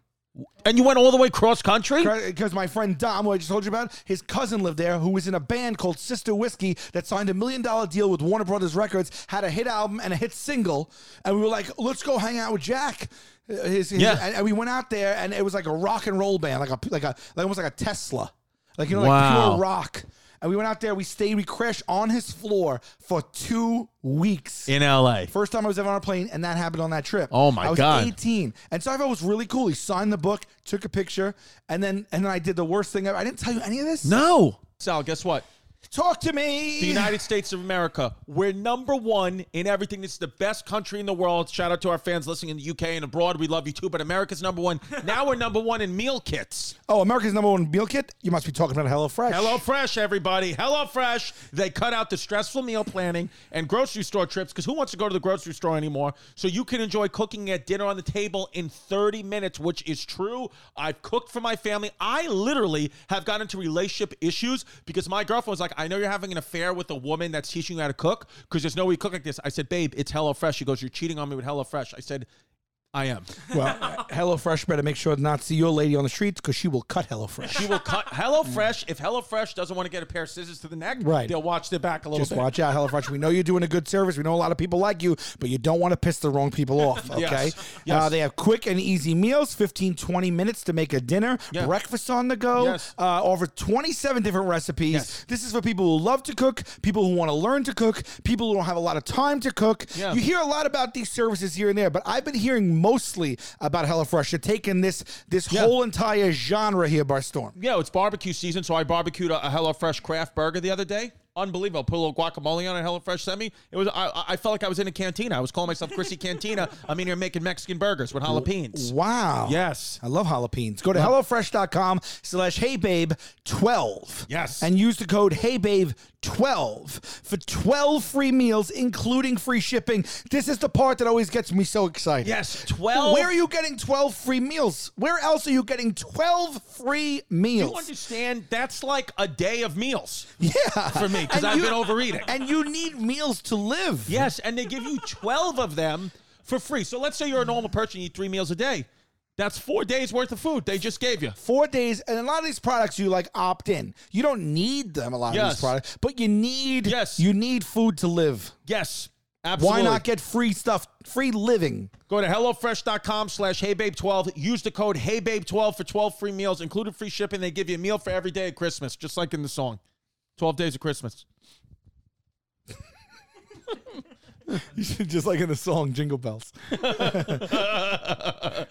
S3: And you went all the way cross country?
S2: Because my friend Dom, who I just told you about, his cousin lived there, who was in a band called Sister Whiskey that signed a million dollar deal with Warner Brothers Records, had a hit album and a hit single, and we were like, let's go hang out with Jack. Uh, His, his-
S3: Yeah.
S2: and, and we went out there, and it was like a rock and roll band, like a like a like almost like a Tesla, like you know, like
S3: Wow.
S2: pure rock. And we went out there, we stayed, we crashed on his floor for two weeks.
S3: In LA.
S2: First time I was ever on a plane, and that happened on that trip.
S3: Oh, my
S2: I was
S3: God.
S2: 18, and Seinfeld was really cool. He signed the book, took a picture, and then and then I did the worst thing ever. I didn't tell you any of this.
S3: No. Sal, guess what?
S2: Talk to me.
S3: The United States of America, we're number one in everything. This is the best country in the world. Shout out to our fans listening in the UK and abroad. We love you too, but America's number one. Now we're number one in meal kits.
S2: oh, America's number one meal kit. You must be talking about Hello Fresh.
S3: Hello Fresh, everybody. Hello Fresh. They cut out the stressful meal planning and grocery store trips because who wants to go to the grocery store anymore? So you can enjoy cooking at dinner on the table in 30 minutes, which is true. I've cooked for my family. I literally have gotten into relationship issues because my girlfriend was like, I know you're having an affair with a woman that's teaching you how to cook because there's no way you cook like this. I said, Babe, it's Hello Fresh. She goes, You're cheating on me with Hello Fresh. I said, I am.
S2: Well, [LAUGHS] Hello Fresh better make sure to not see your lady on the streets because she will cut Hello Fresh.
S3: She will cut Hello Fresh. If Hello Fresh doesn't want to get a pair of scissors to the neck,
S2: Right.
S3: they'll watch their back a little
S2: Just
S3: bit.
S2: watch out, Hello Fresh. We know you're doing a good service. We know a lot of people like you, but you don't want to piss the wrong
S3: [LAUGHS]
S2: people off. Okay.
S3: Yes. Yes.
S2: Uh, they have quick and easy meals, 15, 20 minutes to make a dinner,
S3: Yeah.
S2: breakfast on the go,
S3: Yes.
S2: uh, over 27 different recipes.
S3: Yes.
S2: This is for people who love to cook, people who want to learn to cook, people who don't have a lot of time to cook.
S3: Yeah.
S2: You hear a lot about these services here and there, but I've been hearing mostly about HelloFresh. They're taking this this
S3: Yeah.
S2: whole entire genre here by storm.
S3: Yeah, it's barbecue season, so I barbecued a, a HelloFresh craft burger the other day. Unbelievable! Put a little guacamole on it. HelloFresh sent me. It was. I- I, I felt like I was in a cantina. I was calling myself
S2: [LAUGHS]
S3: Chrissy Cantina. I'm in here making Mexican burgers with jalapenos.
S2: Wow.
S3: Yes.
S2: I love jalapenos. Go to HelloFresh.com slash HeyBabe12.
S3: Yes.
S2: And use the code HeyBabe12 for 12 free meals, including free shipping. This is the part that always gets me so excited.
S3: Yes, 12
S2: Where are you getting 12 free meals? Where else are you getting 12 free meals?
S3: You understand? That's like a day of meals.
S2: yeah.
S3: for me, 'cause
S2: And
S3: I've
S2: you-
S3: been overeating.
S2: And you need meals to live.
S3: Yes, and they give you 12 of them for free. So let's say you're a normal person, you eat three meals a day. That's four days worth of food they just gave you.
S2: four days, and a lot of these products you like opt in. You don't need them. A lot of
S3: Yes.
S2: these products, but you need
S3: Yes.
S2: you need food to live.
S3: Yes,
S2: Why
S3: absolutely.
S2: not get free stuff, free
S3: [LAUGHS]
S2: living?
S3: Go to HelloFresh.com slash HeyBabe12. Use the code HeyBabe12 for 12 free meals, included free shipping. They give you a meal for every day of Christmas, just like in the song 12 Days of Christmas.
S2: Just like in the song Jingle
S3: [LAUGHS]
S2: Bells. I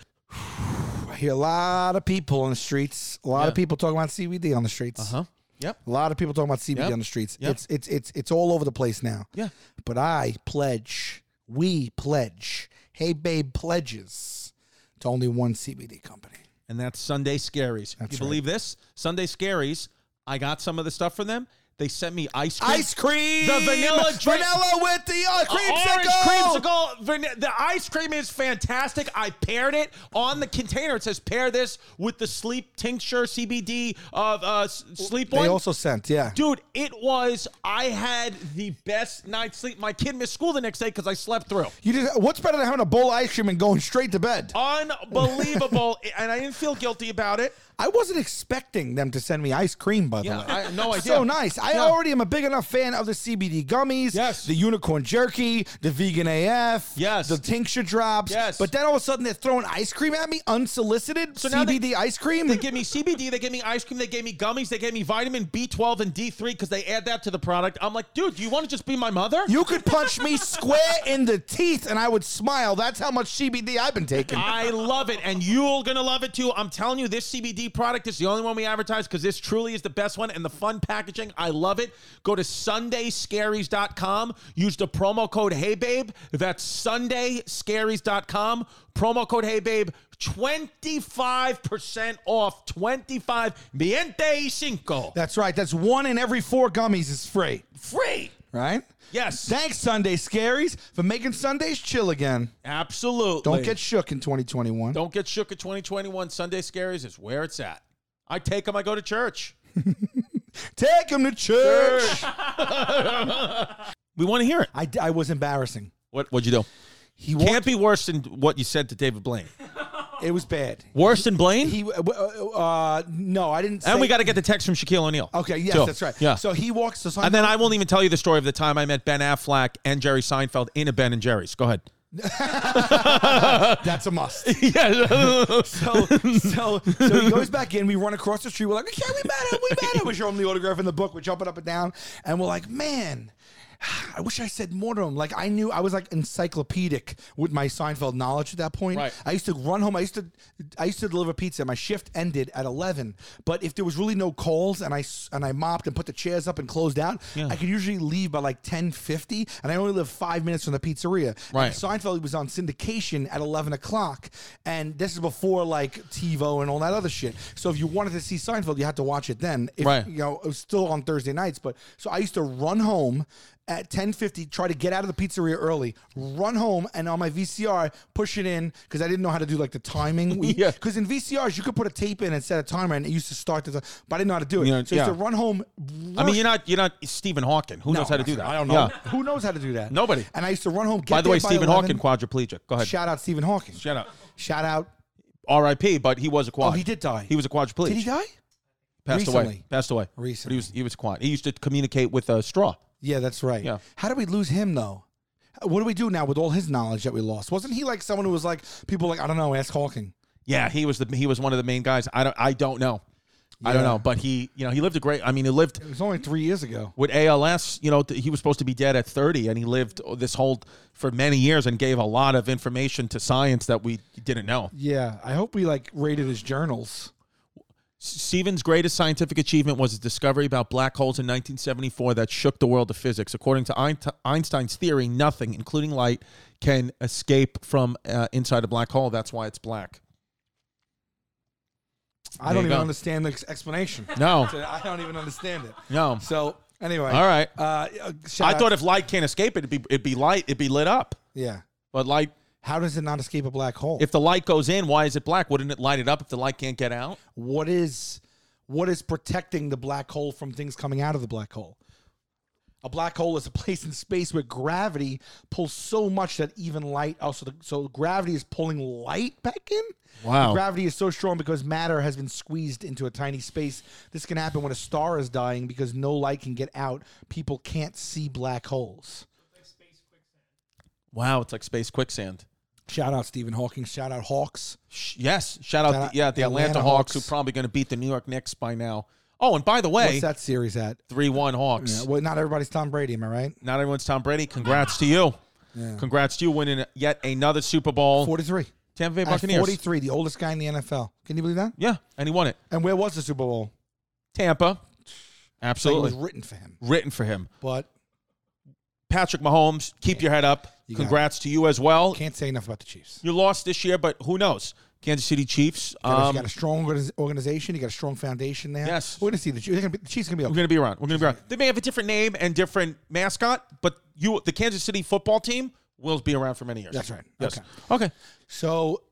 S2: hear a lot of people on the streets. A lot
S3: Yeah.
S2: of people talking about CBD on the streets.
S3: Huh? Yep.
S2: A lot of people talking about CBD
S3: Yep.
S2: on the streets.
S3: Yep.
S2: It's it's it's it's all over the place now.
S3: Yeah.
S2: But I pledge, we pledge, hey babe pledges to only one CBD company.
S3: And that's Sunday Scaries. you
S2: right.
S3: believe this? Sunday Scaries, I got some of the stuff from them. They sent me ice cream.
S2: Ice cream,
S3: The vanilla drink-
S2: vanilla with the uh,
S3: A orange
S2: creamsicle.
S3: creamsicle. Van- the ice cream is fantastic. I paired it on the container. It says pair this with the sleep tincture CBD of uh, s- sleep
S2: They
S3: one.
S2: also sent, yeah.
S3: Dude, it was. I had the best night's sleep. My kid missed school the next day because I slept through.
S2: You just what's better than having a bowl of ice cream and going straight to bed?
S3: Unbelievable. and I didn't feel guilty about it.
S2: I wasn't expecting them to send me ice cream, by the
S3: Yeah,
S2: way.
S3: I- no idea.
S2: [LAUGHS] So nice. I
S3: Yeah.
S2: already am a big enough fan of the CBD gummies,
S3: Yes.
S2: the unicorn jerky, the vegan AF,
S3: Yes.
S2: the tincture drops.
S3: Yes.
S2: But then all of a sudden they're throwing ice cream at me, unsolicited
S3: So now they-
S2: CBD ice cream.
S3: They give me CBD, they give me ice cream, they gave me gummies, they gave me vitamin B12 and D3 because they add that to the product. I'm like, dude, do you want to just be my mother?
S2: you could punch me square in the teeth and I would smile. That's how much CBD I've been taking.
S3: [LAUGHS] I love it, and you're gonna love it too. I'm telling you, this CBD product is the only one we advertise because this truly is the best one, and the fun packaging. I love it. Go to sundayscaries.com. Use the promo code Hey Babe. That's sundayscaries.com. Promo code Hey Babe. 25% off. 25 miente cinco.
S2: That's right. That's one in every four gummies is free,
S3: Free.
S2: right?
S3: Yes.
S2: Thanks, Sunday Scaries, for making Sundays chill again.
S3: Absolutely.
S2: Don't get shook in 2021.
S3: Don't get shook at 2021. Sunday Scaries is where it's at. I take them. I go to church.
S2: Take him to church.
S3: We want to hear it.
S2: I, d- I was embarrassing.
S3: What what'd you do?
S2: He
S3: Can't be worse than what you said to David Blaine.
S2: walked- It was bad.
S3: Worse than Blaine?
S2: He uh, uh, no, I didn't. Say,
S3: and we got to get the text from Shaquille O'Neal.
S2: Okay, yes,
S3: So,
S2: that's right.
S3: Yeah.
S2: So he walks the
S3: and then I won't even tell you the story of the time I met Ben Affleck and Jerry Seinfeld in a Ben and Jerry's.
S2: [LAUGHS]
S3: Go ahead.
S2: That's a
S3: [LAUGHS]
S2: must.
S3: Yeah.
S2: So, so, so he goes back in. We run across the street. We're like, okay, we met him. We met him. We show him the autograph in the book. We're jumping up and down, and we're like, man. [SIGHS] I wish I said more to him. Like I knew I was like encyclopedic with my Seinfeld knowledge at that point.
S3: Right.
S2: I used to run home. I used to, I used to deliver pizza. My shift ended at eleven. But if there was really no calls and I s- and I mopped and put the chairs up and closed out, I could usually leave by like ten fifty, and I only live five minutes from the pizzeria.
S3: Right.
S2: So Seinfeld was on syndication at 11 o'clock, and this is before like TiVo and all that other shit. So if you wanted to see Seinfeld, you had to watch it then. If,
S3: Right.
S2: You know, it was still on Thursday nights, but so I used to run home at 10:50, try to get out of the pizzeria early, run home, and on my VCR push it in because I didn't know how to do like the timing.
S3: [LAUGHS] Yeah.
S2: Because in VCRs you could put a tape in and set a timer, and it used to start the, but I didn't know how to do it.
S3: Yeah,
S2: so I used to
S3: yeah.
S2: run home.
S3: I mean, you're not you're not Stephen Hawking. Who knows how to do that?
S2: I don't know.
S3: Yeah.
S2: Who knows how to do that?
S3: Nobody.
S2: And I used to run home. Get
S3: By the way,
S2: there
S3: Stephen
S2: 11.
S3: Hawking quadriplegic. Go ahead.
S2: Shout out Stephen Hawking.
S3: Shut up.
S2: Shout out.
S3: R.I.P. But he was a quad.
S2: Oh, he did die.
S3: He was a quadriplegic.
S2: Did he die?
S3: Passed away.
S2: Recently.
S3: Passed away. But
S2: Recently.
S3: he was he was quad. He used to communicate with a straw.
S2: Yeah, that's right.
S3: Yeah.
S2: How do we lose him though? What do we do now with all his knowledge that we lost? Wasn't he like someone who was like people were like I don't know, ask Hawking.
S3: Yeah, he was the he was one of the main guys. I don't I don't know. I don't
S2: Yeah.
S3: know, but he you know he lived a great. I mean, he lived
S2: It was only three years ago.
S3: with ALS. You know, th- he was supposed to be dead at 30, and he lived this whole for many years and gave a lot of information to science that we didn't know.
S2: Yeah, I hope we like rated his journals.
S3: Stephen's greatest scientific achievement was his discovery about black holes in 1974 that shook the world of physics. According to Eint- Einstein's theory, nothing, including light, can escape from uh, inside a black hole. That's why it's black.
S2: I
S3: There
S2: don't
S3: you
S2: even
S3: go.
S2: understand the ex- explanation. [LAUGHS]
S3: No,
S2: So I don't even understand it.
S3: no.
S2: So anyway,
S3: All right.
S2: Uh, uh, shout
S3: I
S2: out-
S3: thought if light can't escape it, it'd be it'd be light, it'd be lit up.
S2: yeah.
S3: But light,
S2: How does it not escape a black hole?
S3: if the light goes in, why is it black? Wouldn't it light it up if the light can't get out?
S2: what is what is protecting the black hole from things coming out of the black hole a black hole is a place in space where gravity pulls so much that even light also the, so gravity is pulling light back in
S3: Wow.
S2: gravity is so strong because matter has been squeezed into a tiny space this can happen when a star is dying because no light can get out people can't see black holes
S3: Wow, it's like space quicksand.
S2: shout out stephen hawking shout out hawks
S3: Sh- Yes, shout out,
S2: Shout out
S3: the, yeah, the Atlanta,
S2: Atlanta
S3: Hawks,
S2: Hawks.
S3: who probably going to beat the New York Knicks by now. Oh, and by the way,
S2: what's that series at
S3: three-one Hawks.
S2: yeah, well not everybody's tom brady am i right
S3: Not everyone's Tom Brady. Congrats to you. Congrats to you winning yet another Super Bowl.
S2: 43
S3: Tampa Bay
S2: at
S3: Buccaneers.
S2: 43 the oldest guy in the nfl can you believe that
S3: Yeah, and he won it.
S2: And where was the Super Bowl?
S3: Tampa,
S2: So it
S3: absolutely
S2: was written for him.
S3: written for him.
S2: But
S3: Patrick Mahomes, keep your head up.
S2: You got it.
S3: Congrats to you as well.
S2: can't say enough about the Chiefs.
S3: You lost this year, but who knows? Kansas City Chiefs.
S2: you
S3: Um,
S2: got a strong organiz- organization. You got a strong foundation there.
S3: Yes.
S2: We're going to see the Chiefs. They're gonna be, the Chiefs going to be
S3: We're
S2: okay.
S3: gonna be around. We're gonna be around. They may have a different name and different mascot, but you, the Kansas City football team, will be around for many years.
S2: That's right.
S3: Yes.
S2: Okay.
S3: Okay. [LAUGHS]
S2: So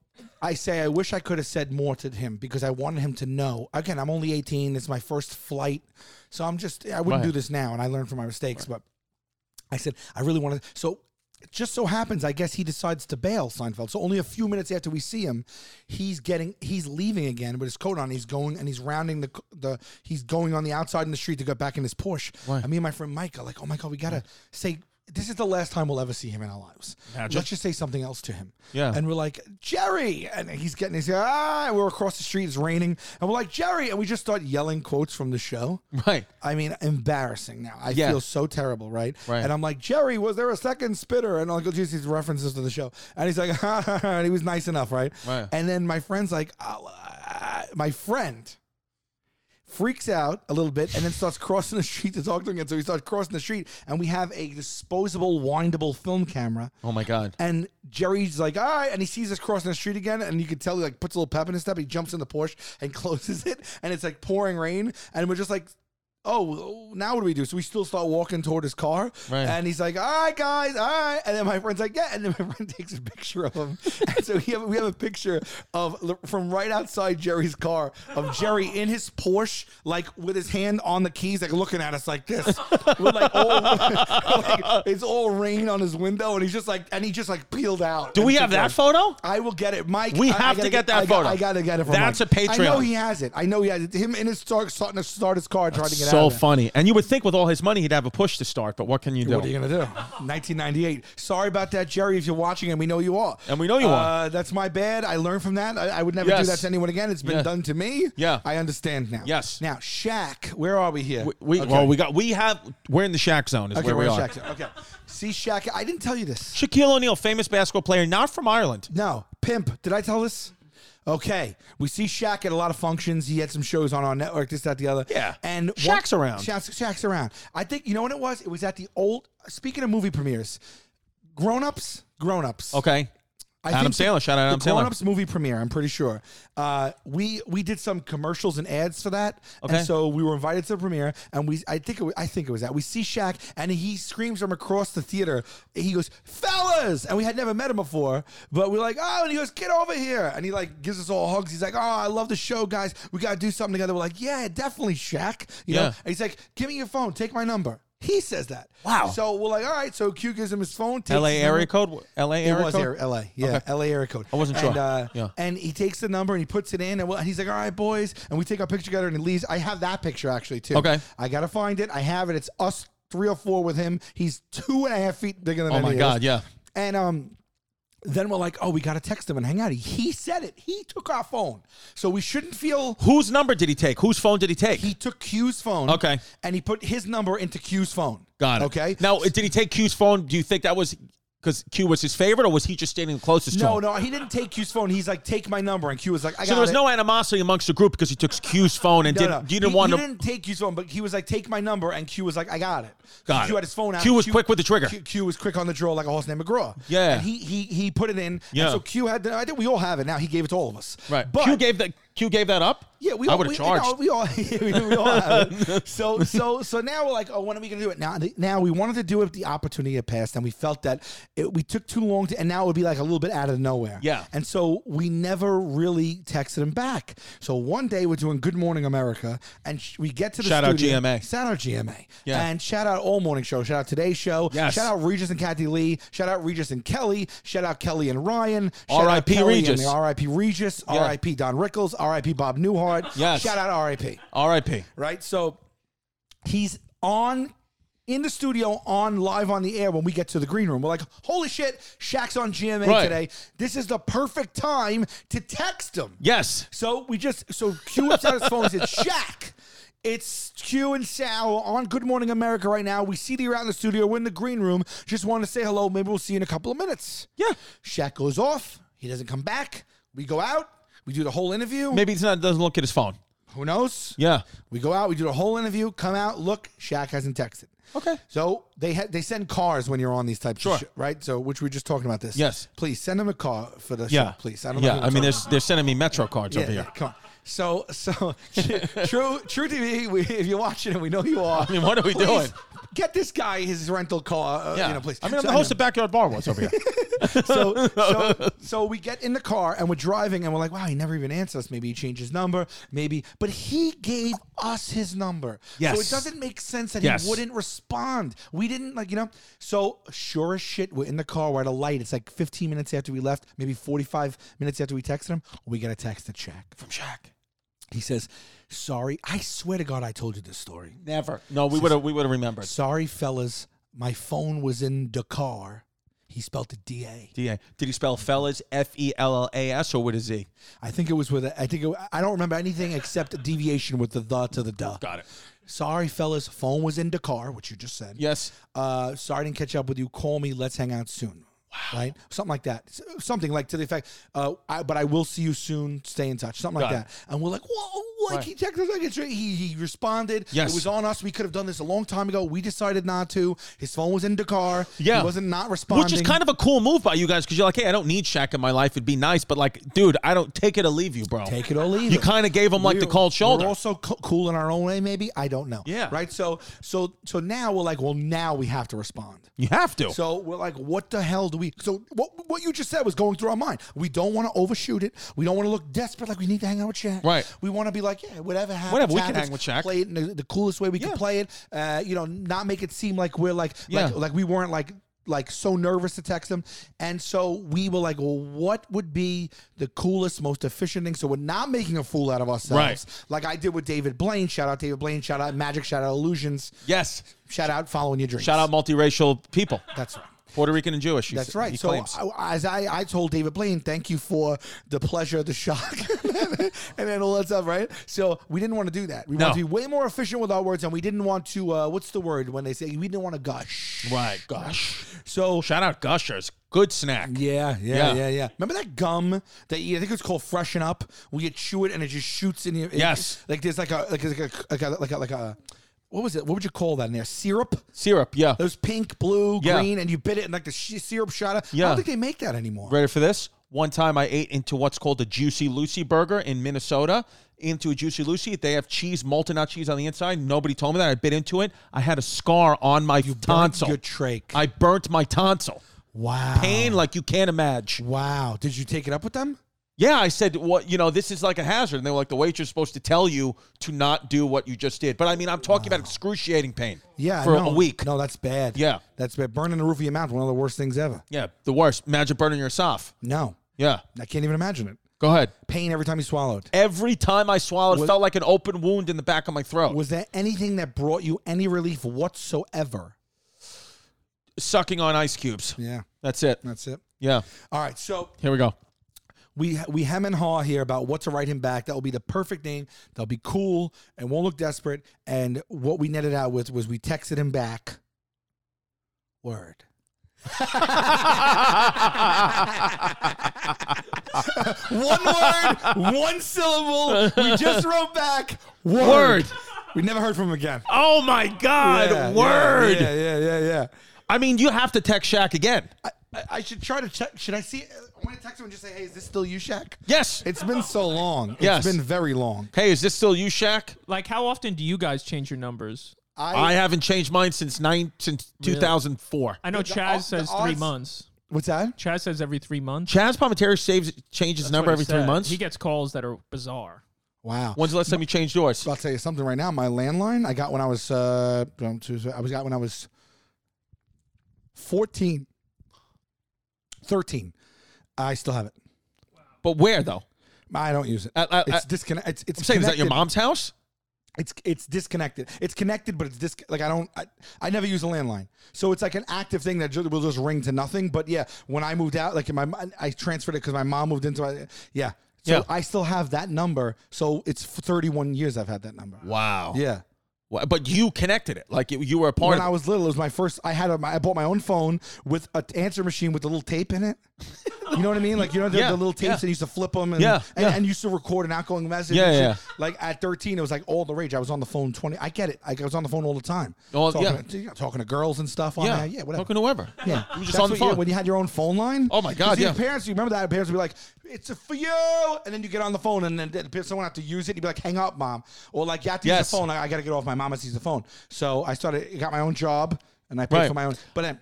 S2: I say I wish I could have said more to him because I wanted him to know. Again, I'm only 18. It's my first flight. So I'm just, I wouldn't
S3: Right.
S2: do this now. And I learned from my mistakes. But I said, I really wanted, so It just so happens, I guess he decides to bail Seinfeld. So only a few minutes after we see him, he's getting he's leaving again with his coat on. He's going and he's rounding the the he's going on the outside in the street to get back in his Porsche. And me and my friend Mike are like, oh my god, we gotta say. This is the last time we'll ever see him in our lives. Let's just say something else to him.
S3: Yeah.
S2: And we're like, Jerry. And he's getting, he's like, ah, and we're across the street, it's raining. And we're like, Jerry. And we just start yelling quotes from the show.
S3: Right.
S2: I mean, embarrassing now. I
S3: Yeah.
S2: feel so terrible, right?
S3: Right.
S2: And I'm like, Jerry, was there a second spitter? And Uncle Juicy's references to the show. And he's like, [LAUGHS] ha, ha, ha, and he was nice enough, right?
S3: Right.
S2: And then my friend's like, "I'll, uh, my friend freaks out a little bit and then starts crossing the street to talk to him again. So he starts crossing the street and we have a disposable, windable film camera.
S3: Oh my God.
S2: And Jerry's like, all right, and he sees us crossing the street again, and you can tell he like puts a little pep in his step. He jumps in the Porsche and [LAUGHS] closes it, and it's like pouring rain, and we're just like, oh, now what do we do? So we still start walking toward his car,
S3: Right.
S2: and he's like, all right, guys, all right, and then my friend's like, yeah, and then my [LAUGHS] friend takes a picture of him, and so we have we have a picture of from right outside Jerry's car of Jerry in his Porsche, like with his hand on the keys, like looking at us like this, with like all [LAUGHS] like, it's all rain on his window, and he's just like, and he just like peeled out.
S3: Do we
S2: And
S3: have
S2: took
S3: that
S2: off.
S3: photo?
S2: I will get it, Mike.
S3: We
S2: I- I
S3: have to
S2: gotta
S3: get that
S2: I got-
S3: photo.
S2: I gotta get it. From
S3: That's
S2: Mike.
S3: a
S2: I know
S3: Patreon.
S2: he has it. I know he has it. Him and his start starting to start his car trying to get out.
S3: So
S2: of there.
S3: funny. And you would think with all his money, he'd have a push to start, but what can you do?
S2: What are you gonna do? 1998. Sorry about that, Jerry. If you're watching, and we know you are,
S3: And we know you are.
S2: Uh, that's my bad. I learned from that. I, I would never do
S3: Yes.
S2: that to anyone again. It's been
S3: Yeah.
S2: done to me.
S3: Yeah.
S2: I understand now.
S3: Yes.
S2: Now, Shaq, where are we here?
S3: we, we-
S2: Okay.
S3: well, we got, we have, we're in the Shaq zone is
S2: okay,
S3: where we
S2: where's
S3: are.
S2: Shaq? Okay. See, Shaq, I didn't tell you this.
S3: Shaquille O'Neal, famous basketball player, not from Ireland.
S2: No, pimp. Did I tell this? Okay, we see Shaq at a lot of functions. He had some shows on our network, this, that, the other.
S3: Yeah.
S2: and
S3: Shaq's around.
S2: Shaq's, Shaq's around. I think you know what it was. It was at the old. Speaking of movie premieres, grown ups, grown ups.
S3: Okay.
S2: I
S3: Adam
S2: think
S3: Sandler. Shout out Adam
S2: the Grown
S3: Sandler.
S2: Ups movie premiere. I'm pretty sure. Uh, we we did some commercials and ads for that.
S3: Okay.
S2: And so we were invited to the premiere, and we I think it was, I think it was that we see Shaq, and he screams from across the theater. He goes, "Fellas!" And we had never met him before, but we're like, "Oh!" And he goes, "Get over here!" And he like gives us all hugs. He's like, "Oh, I love the show, guys. We gotta do something together." We're like, "Yeah, definitely, Shaq." You know.
S3: Yeah.
S2: And he's like, "Give me your phone. Take my number." He says that.
S3: Wow.
S2: So we're like, all right. So Q gives him his phone. takes
S3: LA
S2: his number.
S3: area code? LA
S2: It
S3: area
S2: was
S3: code?
S2: air, LA, yeah, LA area code. I
S3: wasn't
S2: and,
S3: sure.
S2: Uh,
S3: Yeah.
S2: And he takes the number and he puts it in, and, well, and he's like, "All right, boys," and we take our picture together, and he leaves. I have that picture actually too.
S3: Okay.
S2: I gotta find it. I have it. It's us three or four with him. He's two and a half feet bigger than.
S3: Oh
S2: any
S3: my
S2: of
S3: God.
S2: us.
S3: Yeah.
S2: And um, then we're like, "Oh, we gotta text him and hang out." He, he said it. He took our phone, so we shouldn't feel.
S3: Whose number did he take? Whose phone did he take?
S2: He took Q's phone.
S3: Okay.
S2: And he put his number into Q's phone.
S3: Got it.
S2: Okay.
S3: Now, did he take Q's phone? Do you think that was because Q was his favorite, or was he just standing closest to
S2: No,
S3: him?
S2: no, he didn't take Q's phone. He's like, take my number, and Q was like, I got
S3: So there was
S2: it.
S3: no animosity amongst the group because he took Q's phone and
S2: No,
S3: didn't.
S2: no.
S3: You didn't
S2: he,
S3: want
S2: he
S3: to.
S2: didn't take Q's phone, but he was like, "Take my number," and Q was like, "I got it."
S3: Got
S2: Q
S3: it.
S2: had his phone out.
S3: Q was quick with the trigger.
S2: Q, Q was quick on the draw like a horse named McGraw.
S3: Yeah.
S2: and he he he put it in.
S3: Yeah.
S2: and so Q had. The, I think we all have it now. He gave it to all of us.
S3: Right.
S2: but
S3: Q gave that. Q gave that up.
S2: yeah, we
S3: I
S2: all
S3: would
S2: we-
S3: have charged.
S2: no, we all, [LAUGHS] we all have it. So so so now we're like, oh, when are we gonna do it? Now now we wanted to do it. but The opportunity had passed, and we felt that it, we took too long to, and now it would be like a little bit out of nowhere.
S3: Yeah.
S2: And so we never really texted him back. So one day we're doing Good Morning America, and sh- we get to the
S3: Shout out
S2: studio-
S3: GMA.
S2: shout out GMA,
S3: Yeah.
S2: and shout out all morning show, shout out Today Show,
S3: Yes.
S2: shout out Regis and Kathy Lee, shout out Regis and Kelly, shout out Kelly and Ryan, shout out
S3: R.I.P.
S2: Kelly and
S3: Regis.
S2: the R.I.P. Regis,
S3: Yeah.
S2: R.I.P. Don Rickles, R.I.P. Bob Newhart.
S3: Yes.
S2: Shout out R.I.P.
S3: R.I.P.
S2: Right. So he's on in the studio on live on the air when we get to the green room. We're like, holy shit, Shaq's on GMA
S3: Right.
S2: today. This is the perfect time to text him.
S3: Yes.
S2: So we just so Q whips
S3: [LAUGHS]
S2: out his phone. and says, Shaq. It's Q and Sal on Good Morning America right now. We see that you're out in the studio. We're in the green room. Just want to say hello. Maybe we'll see you in a couple of minutes.
S3: Yeah.
S2: Shaq goes off. He doesn't come back. We go out. We do the whole interview.
S3: Maybe he's not. Doesn't look at his phone.
S2: Who knows?
S3: Yeah.
S2: We go out. We do the whole interview. Come out. Look, Shaq hasn't texted.
S3: Okay.
S2: So they ha- they send cars when you're on these types
S3: Sure.
S2: of shit, right? So which we were just talking about this.
S3: Yes.
S2: Please send them a car for the
S3: Yeah.
S2: show, please. I don't know.
S3: yeah.
S2: who
S3: I
S2: we're
S3: mean,
S2: talking
S3: they're, they're sending me Metro cards over
S2: yeah,
S3: here.
S2: yeah, come on. So, [LAUGHS] so
S3: [LAUGHS]
S2: true, true TV. We, if you're watching it, we know you are.
S3: I mean, what are we
S2: Please
S3: doing?
S2: Get this guy his rental car. Uh,
S3: Yeah.
S2: You know, please.
S3: I mean, I'm
S2: So
S3: the host
S2: anyway. [LAUGHS]
S3: of Backyard Bar once over here. [LAUGHS]
S2: so, so, so we get in the car and we're driving and we're like, wow, he never even answered us. Maybe he changed his number. Maybe, but he gave us his number. So it
S3: Yes.
S2: doesn't make sense that
S3: Yes.
S2: he wouldn't respond. We didn't like, you know. So sure as shit, we're in the car. We're at a light. It's like 15 minutes after we left, maybe 45 minutes after we texted him. We got a text to check from Shaq. He says, "Sorry, I swear to God, I told you this story."
S3: Never. No, we would have. We would have remembered.
S2: Sorry, fellas. My phone was in the car. He spelled it D A.
S3: DA. Did he spell fellas F E L L A S or what is he?
S2: I think it was with. A, I think it, I don't remember anything except a deviation with the the to the duh.
S3: Got it.
S2: Sorry, fellas. Phone was in the car, which you just said.
S3: Yes.
S2: Uh, sorry I didn't catch up with you. Call me. Let's hang out soon. Wow. Right, something like that. S- Something like to the effect. Uh, I, but I will see you soon. Stay in touch. Something like
S3: Got it.
S2: that. And we're like, whoa! Like
S3: Right.
S2: he texted us. Like it's- he he responded.
S3: Yes.
S2: it was on us. We could have done this a long time ago. We decided not to. His phone was in the car.
S3: Yeah.
S2: he wasn't not responding.
S3: Which is kind of a cool move by you guys because you're like, hey, I don't need Shaq in my life. It'd be nice, but like, dude, I don't take it or leave you, bro.
S2: Take it or leave
S3: You
S2: it.
S3: kind of gave him like the
S2: We're-
S3: cold shoulder.
S2: We're also co- cool in our own way, maybe. I don't know.
S3: Yeah.
S2: Right. So so so now we're like, well, now we have to respond.
S3: you have to.
S2: So we're like, what the hell do we? So what what you just said was going through our mind. We don't want to overshoot it. We don't want to look desperate, like we need to hang out with Shaq.
S3: Right.
S2: We want to be like, yeah, whatever happens,
S3: Whatever, we can
S2: happens.
S3: hang with Shaq.
S2: Play it in the, the coolest way we
S3: Yeah.
S2: can play it. Uh, you know, not make it seem like we're like
S3: Yeah.
S2: like like we weren't like like so nervous to text them and so we were like well what would be the coolest most efficient thing so we're not making a fool out of ourselves like i did with david blaine shout out david blaine shout out magic shout out illusions
S3: yes.
S2: shout out following your dreams
S3: Shout out multiracial people,
S2: that's right
S3: Puerto Rican and Jewish. he
S2: that's
S3: s-
S2: right.
S3: He
S2: so
S3: claims.
S2: I, as I, I told David Blaine, thank you for the pleasure, the shock, [LAUGHS] and then all that stuff, right? So we didn't want to do that. We wanted
S3: No.
S2: to be way more efficient with our words, and we didn't want to. Uh, what's the word when they say we didn't want to gush?
S3: right. Gosh.
S2: So
S3: Shout out Gushers. Good snack.
S2: yeah, yeah,
S3: Yeah.
S2: yeah, yeah, Remember that gum that you, I think it's called Freshen Up, where you chew it and it just shoots in your. it-
S3: Yes.
S2: like there's like a like a, like a like a like a what was it? What would you call that in there? Syrup.
S3: Syrup. Yeah.
S2: Those pink, blue,
S3: Yeah.
S2: green, and you bit it, and like the sh- syrup shot out. I
S3: Yeah.
S2: don't think they make that anymore.
S3: Ready for this? One time I ate into what's called a Juicy Lucy burger in Minnesota. Into a Juicy Lucy, they have cheese, molten out cheese on the inside. Nobody told me that. I bit into it. I had a scar on my tonsil.
S2: Your trach. Oh.
S3: I burnt my tonsil.
S2: Wow.
S3: Pain like you can't imagine.
S2: Wow. Did you take it up with them?
S3: Yeah, I said, what you know, this is like a hazard. And they were like, the waitress is supposed to tell you to not do what you just did. But I mean, I'm talking about excruciating pain.
S2: Yeah.
S3: for
S2: no.
S3: a week.
S2: No, that's bad.
S3: Yeah.
S2: That's bad. Burning the roof of your mouth, one of the worst things ever.
S3: Yeah, the worst. Imagine burning yourself.
S2: No.
S3: Yeah,
S2: I can't even imagine it.
S3: go ahead.
S2: Pain every time you swallowed.
S3: Every time I swallowed, it felt like an open wound in the back of my throat.
S2: Was there anything that brought you any relief whatsoever?
S3: sucking on ice cubes.
S2: Yeah.
S3: That's it.
S2: That's it.
S3: Yeah.
S2: All right. So [LAUGHS]
S3: Here we go.
S2: we we hem and haw here about what to write him back. That will be the perfect name. That'll be cool and won't look desperate. And what we netted out with was we texted him back. Word. one
S3: [LAUGHS]
S2: word, one syllable. We just wrote back word.
S3: Word.
S2: We never heard from him again.
S3: Oh my God. word.
S2: Yeah, yeah, yeah, yeah.
S3: I mean, you have to text Shaq again.
S2: I, I- I should try to check. Should I see? uh, I want to text him and just say, "Hey, is this still you, Shaq?"
S3: Yes.
S2: It's been so long.
S3: Yes.
S2: It's been very long.
S3: hey, is this still you, Shaq?
S4: Like, how often do you guys change your numbers?
S3: I haven't changed mine since nine since 2004.
S4: I know Chaz
S2: odds- the
S4: says three
S2: odds-
S4: months.
S2: What's that?
S4: Chaz says every three months.
S3: Chaz Palminteri saves changes
S4: That's
S3: number
S4: what he
S3: every three
S4: said.
S3: months.
S4: He gets calls that are bizarre.
S2: Wow.
S3: When's the last time you changed yours?
S2: I'll tell you something right now. My landline I got when I was uh, um, two- I was got when I was 14, 13. I still have it.
S3: But where though?
S2: I don't use it.
S3: I- I-
S2: it's
S3: I-
S2: disconnected. It's, it's
S3: I'm saying is that your
S2: connected.
S3: mom's house?
S2: It's it's disconnected. It's connected, but it's dis- like I don't. I, I never use a landline, so it's like an active thing that ju- will just ring to nothing. But yeah, when I moved out, like in my I transferred it because my mom moved into. My, yeah, so
S3: Yeah.
S2: I still have that number. So it's 31 years I've had that number.
S3: Wow.
S2: Yeah.
S3: Wha- But you connected it like you, you were a part
S2: when
S3: of.
S2: I was little, it was my first. I had a, I bought my own phone with an answer machine with a little tape
S3: [LAUGHS]
S2: in it. You know what I mean? Like you know the,
S3: Yeah,
S2: the little tapes
S3: yeah.
S2: and you used to flip them and
S3: Yeah,
S2: and,
S3: yeah.
S2: and used to record an outgoing message.
S3: Yeah,
S2: and shit.
S3: yeah.
S2: Like at 13, it was like all the rage. I was on the phone 20. I get it. I, I was on the phone all the time.
S3: All-
S2: talking,
S3: yeah.
S2: to, you know, talking to girls and stuff on
S3: yeah.
S2: there. Yeah, whatever.
S3: Talking to whoever.
S2: yeah,
S3: You were just
S2: That's
S3: on the
S2: what you-
S3: phone.
S2: when you had your own phone line.
S3: Oh my God,
S2: 'Cause your
S3: yeah.
S2: Parents, you remember that? Your Parents would be like, "It's a for you," and then you get on the phone, and then the- someone had to use it. You'd be like, "Hang up, mom," or like, "You have to use
S3: Yes.
S2: the phone." I, I got to get off. My mama sees the phone. So I started, got my own job, and I paid
S3: Right.
S2: for my own. But then,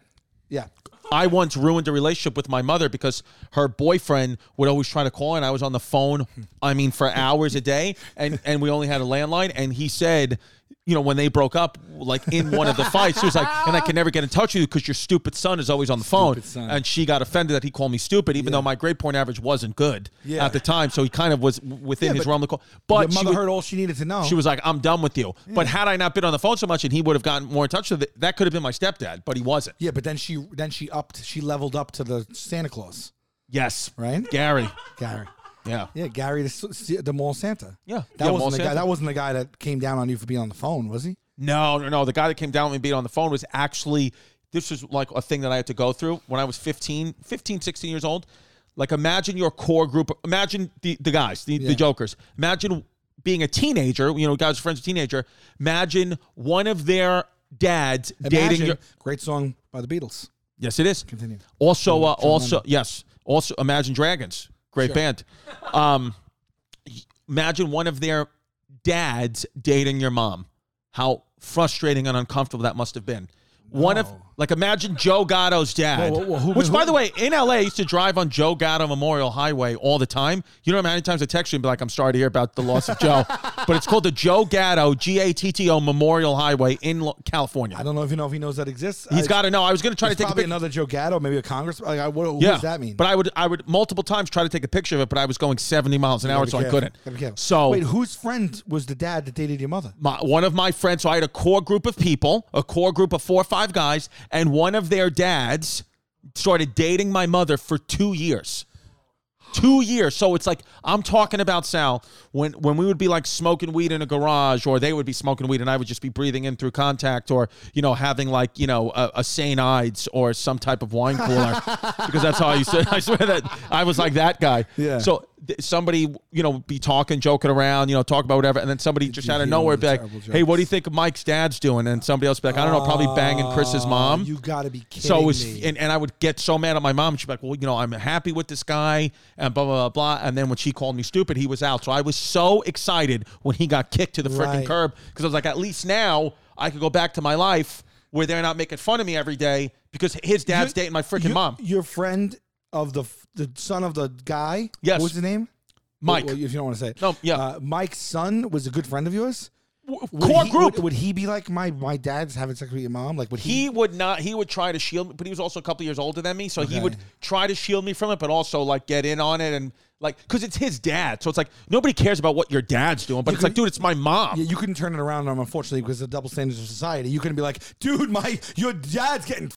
S2: Yeah.
S3: I once ruined a relationship with my mother because her boyfriend would always try to call, and I was on the phone. I mean, for hours a day, and and we only had a landline. And he said, you know, when they broke up, like in one of the fights, he was like, "And I can never get in touch with you because your stupid son is always on the phone."
S2: Stupid son.
S3: And she got offended that he called me stupid, even though my grade point average wasn't good
S2: Yeah.
S3: at the time. So he kind of was within
S2: Yeah,
S3: his
S2: but
S3: realm of call. But
S2: Your
S3: she
S2: mother
S3: would-
S2: heard all she needed to know.
S3: she was like, "I'm done with you." But had I not been on the phone so much, and he would have gotten more in touch with it, that could have been my stepdad. But he wasn't.
S2: yeah, but then she then she upped. She leveled up to the Santa Claus,
S3: Yes,
S2: right?
S3: Gary.
S2: Gary.
S3: Yeah.
S2: Yeah, Gary the, s- s- the mall Santa.
S3: Yeah,
S2: that
S3: yeah, mall
S2: wasn't the guy.
S3: Santa.
S2: That wasn't the guy that came down on you for being on the phone, was he?
S3: No, no, no. The guy that came down with me being on the phone was actually, this was like a thing that I had to go through when I was 15, 15, 16 years old. Like, imagine your core group. Imagine the, the guys, the,
S2: Yeah.
S3: the jokers. Imagine being a teenager, you know, guys, friends, a teenager. Imagine one of their dads dating
S2: Imagine.
S3: your.
S2: great song by the Beatles.
S3: Yes, it is.
S2: Continue.
S3: Also, uh,
S2: John
S3: also,
S2: Lennon.
S3: yes. Also, Imagine Dragons, great band. Um, imagine one of their dads dating your mom. How frustrating and uncomfortable that must have been. One of like imagine Joe Gatto's dad,
S2: Whoa, whoa, whoa, who-
S3: which by
S2: who-
S3: the way in LA I used to drive on Joe Gatto Memorial Highway all the time. You know how many times I text you and be like, "I'm sorry to hear about the loss of
S2: [LAUGHS]
S3: Joe," but it's called the Joe Gatto G A T T O Memorial Highway in Lo- California.
S2: I don't know if you know if he knows that exists.
S3: He's
S2: I-
S3: got to know. I was going to try to
S2: it's
S3: take a
S2: probably
S3: pic-
S2: another Joe Gatto, maybe a Congress. Like, I- what, what does that mean?
S3: But I would I would multiple times try to take a picture of it, but I was going 70 miles an
S2: Gotta
S3: hour,
S2: be
S3: so
S2: careful.
S3: I
S2: Gotta be
S3: couldn't.
S2: careful.
S3: So
S2: wait, whose friend was the dad that dated your mother?
S3: my, one of my friends, so I had a core group of people, a core group of four or five guys, and one of their dads started dating my mother for two years. Two years. So it's like I'm talking about Sal when when we would be like smoking weed in a garage, or they would be smoking weed, and I would just be breathing in through contact, or you know having like you know a, a Saint Ides or some type of wine cooler, because that's how I used to. I swear that I was like that guy.
S2: Yeah.
S3: So th- somebody you know be talking, joking around, you know talk about whatever, and then somebody just
S2: you
S3: out of
S2: hear all
S3: nowhere
S2: the
S3: be like,
S2: terrible
S3: "Hey, what do you
S2: jokes?
S3: think Mike's dad's doing?" And somebody else be like, "I don't know, probably banging Chris's mom."
S2: Uh, You gotta be kidding
S3: so it was,
S2: me.
S3: and, and I would get so mad at my mom. She'd be like, "Well, you know, I'm happy with this guy," and blah blah blah. blah. And then when she called me stupid, he was out. So I was so excited when he got kicked to the freaking
S2: Right.
S3: curb because I was like, "At least now I could go back to my life where they're not making fun of me every day because his dad's dating my freaking
S2: You-
S3: mom,
S2: Your friend of the f- the son of the guy.
S3: Yes.
S2: What was his name?
S3: Mike."
S2: Well, if you don't want to say it.
S3: No, yeah.
S2: Uh, Mike's son was a good friend of yours. Would
S3: Core
S2: he-
S3: group.
S2: Would, would he be like my my dad's having sex with your mom? Like would he?
S3: he would not he would try to shield me but he was also a couple years older than me so he
S2: Okay.
S3: would try to shield me from it but also like get in on it and like because it's his dad so it's like nobody cares about what your dad's doing but it's like dude it's my mom
S2: Yeah, you couldn't turn it around on him, unfortunately, because of the double standards of society. You couldn't be like, dude, my your dad's getting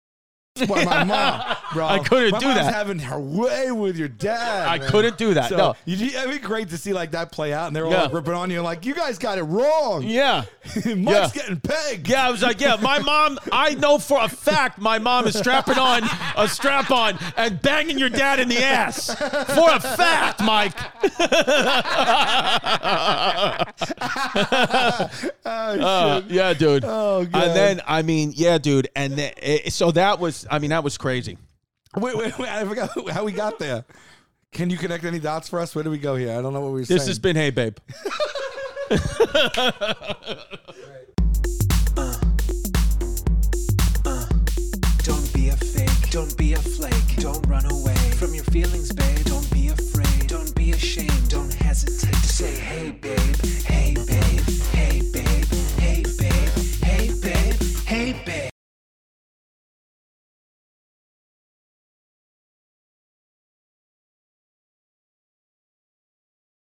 S2: by my
S3: [LAUGHS]
S2: mom, bro.
S3: I couldn't
S2: My
S3: do
S2: mom's
S3: that.
S2: Having her way with your dad.
S3: I
S2: man."
S3: couldn't do that,
S2: So
S3: no.
S2: you- you- it'd be great to see like that play out, and they're all
S3: Yeah.
S2: like, ripping on you, like you guys got it wrong.
S3: yeah
S2: [LAUGHS] Mike's
S3: Yeah.
S2: getting pegged.
S3: yeah i was like yeah my mom i know for a fact my mom is strapping on a strap on and banging your dad in the ass for a fact mike Uh, yeah, dude.
S2: Oh, God.
S3: And then I mean, yeah, dude. And then, it, so that was, I mean, that was crazy.
S2: Wait, wait, wait! I forgot [LAUGHS] how we got there. Can you connect any dots for us? Where do we go here? I don't know what we were
S3: This
S2: saying.
S3: has been hey, babe.
S1: Don't be a fake, don't be a flake, don't run away from your feelings, babe.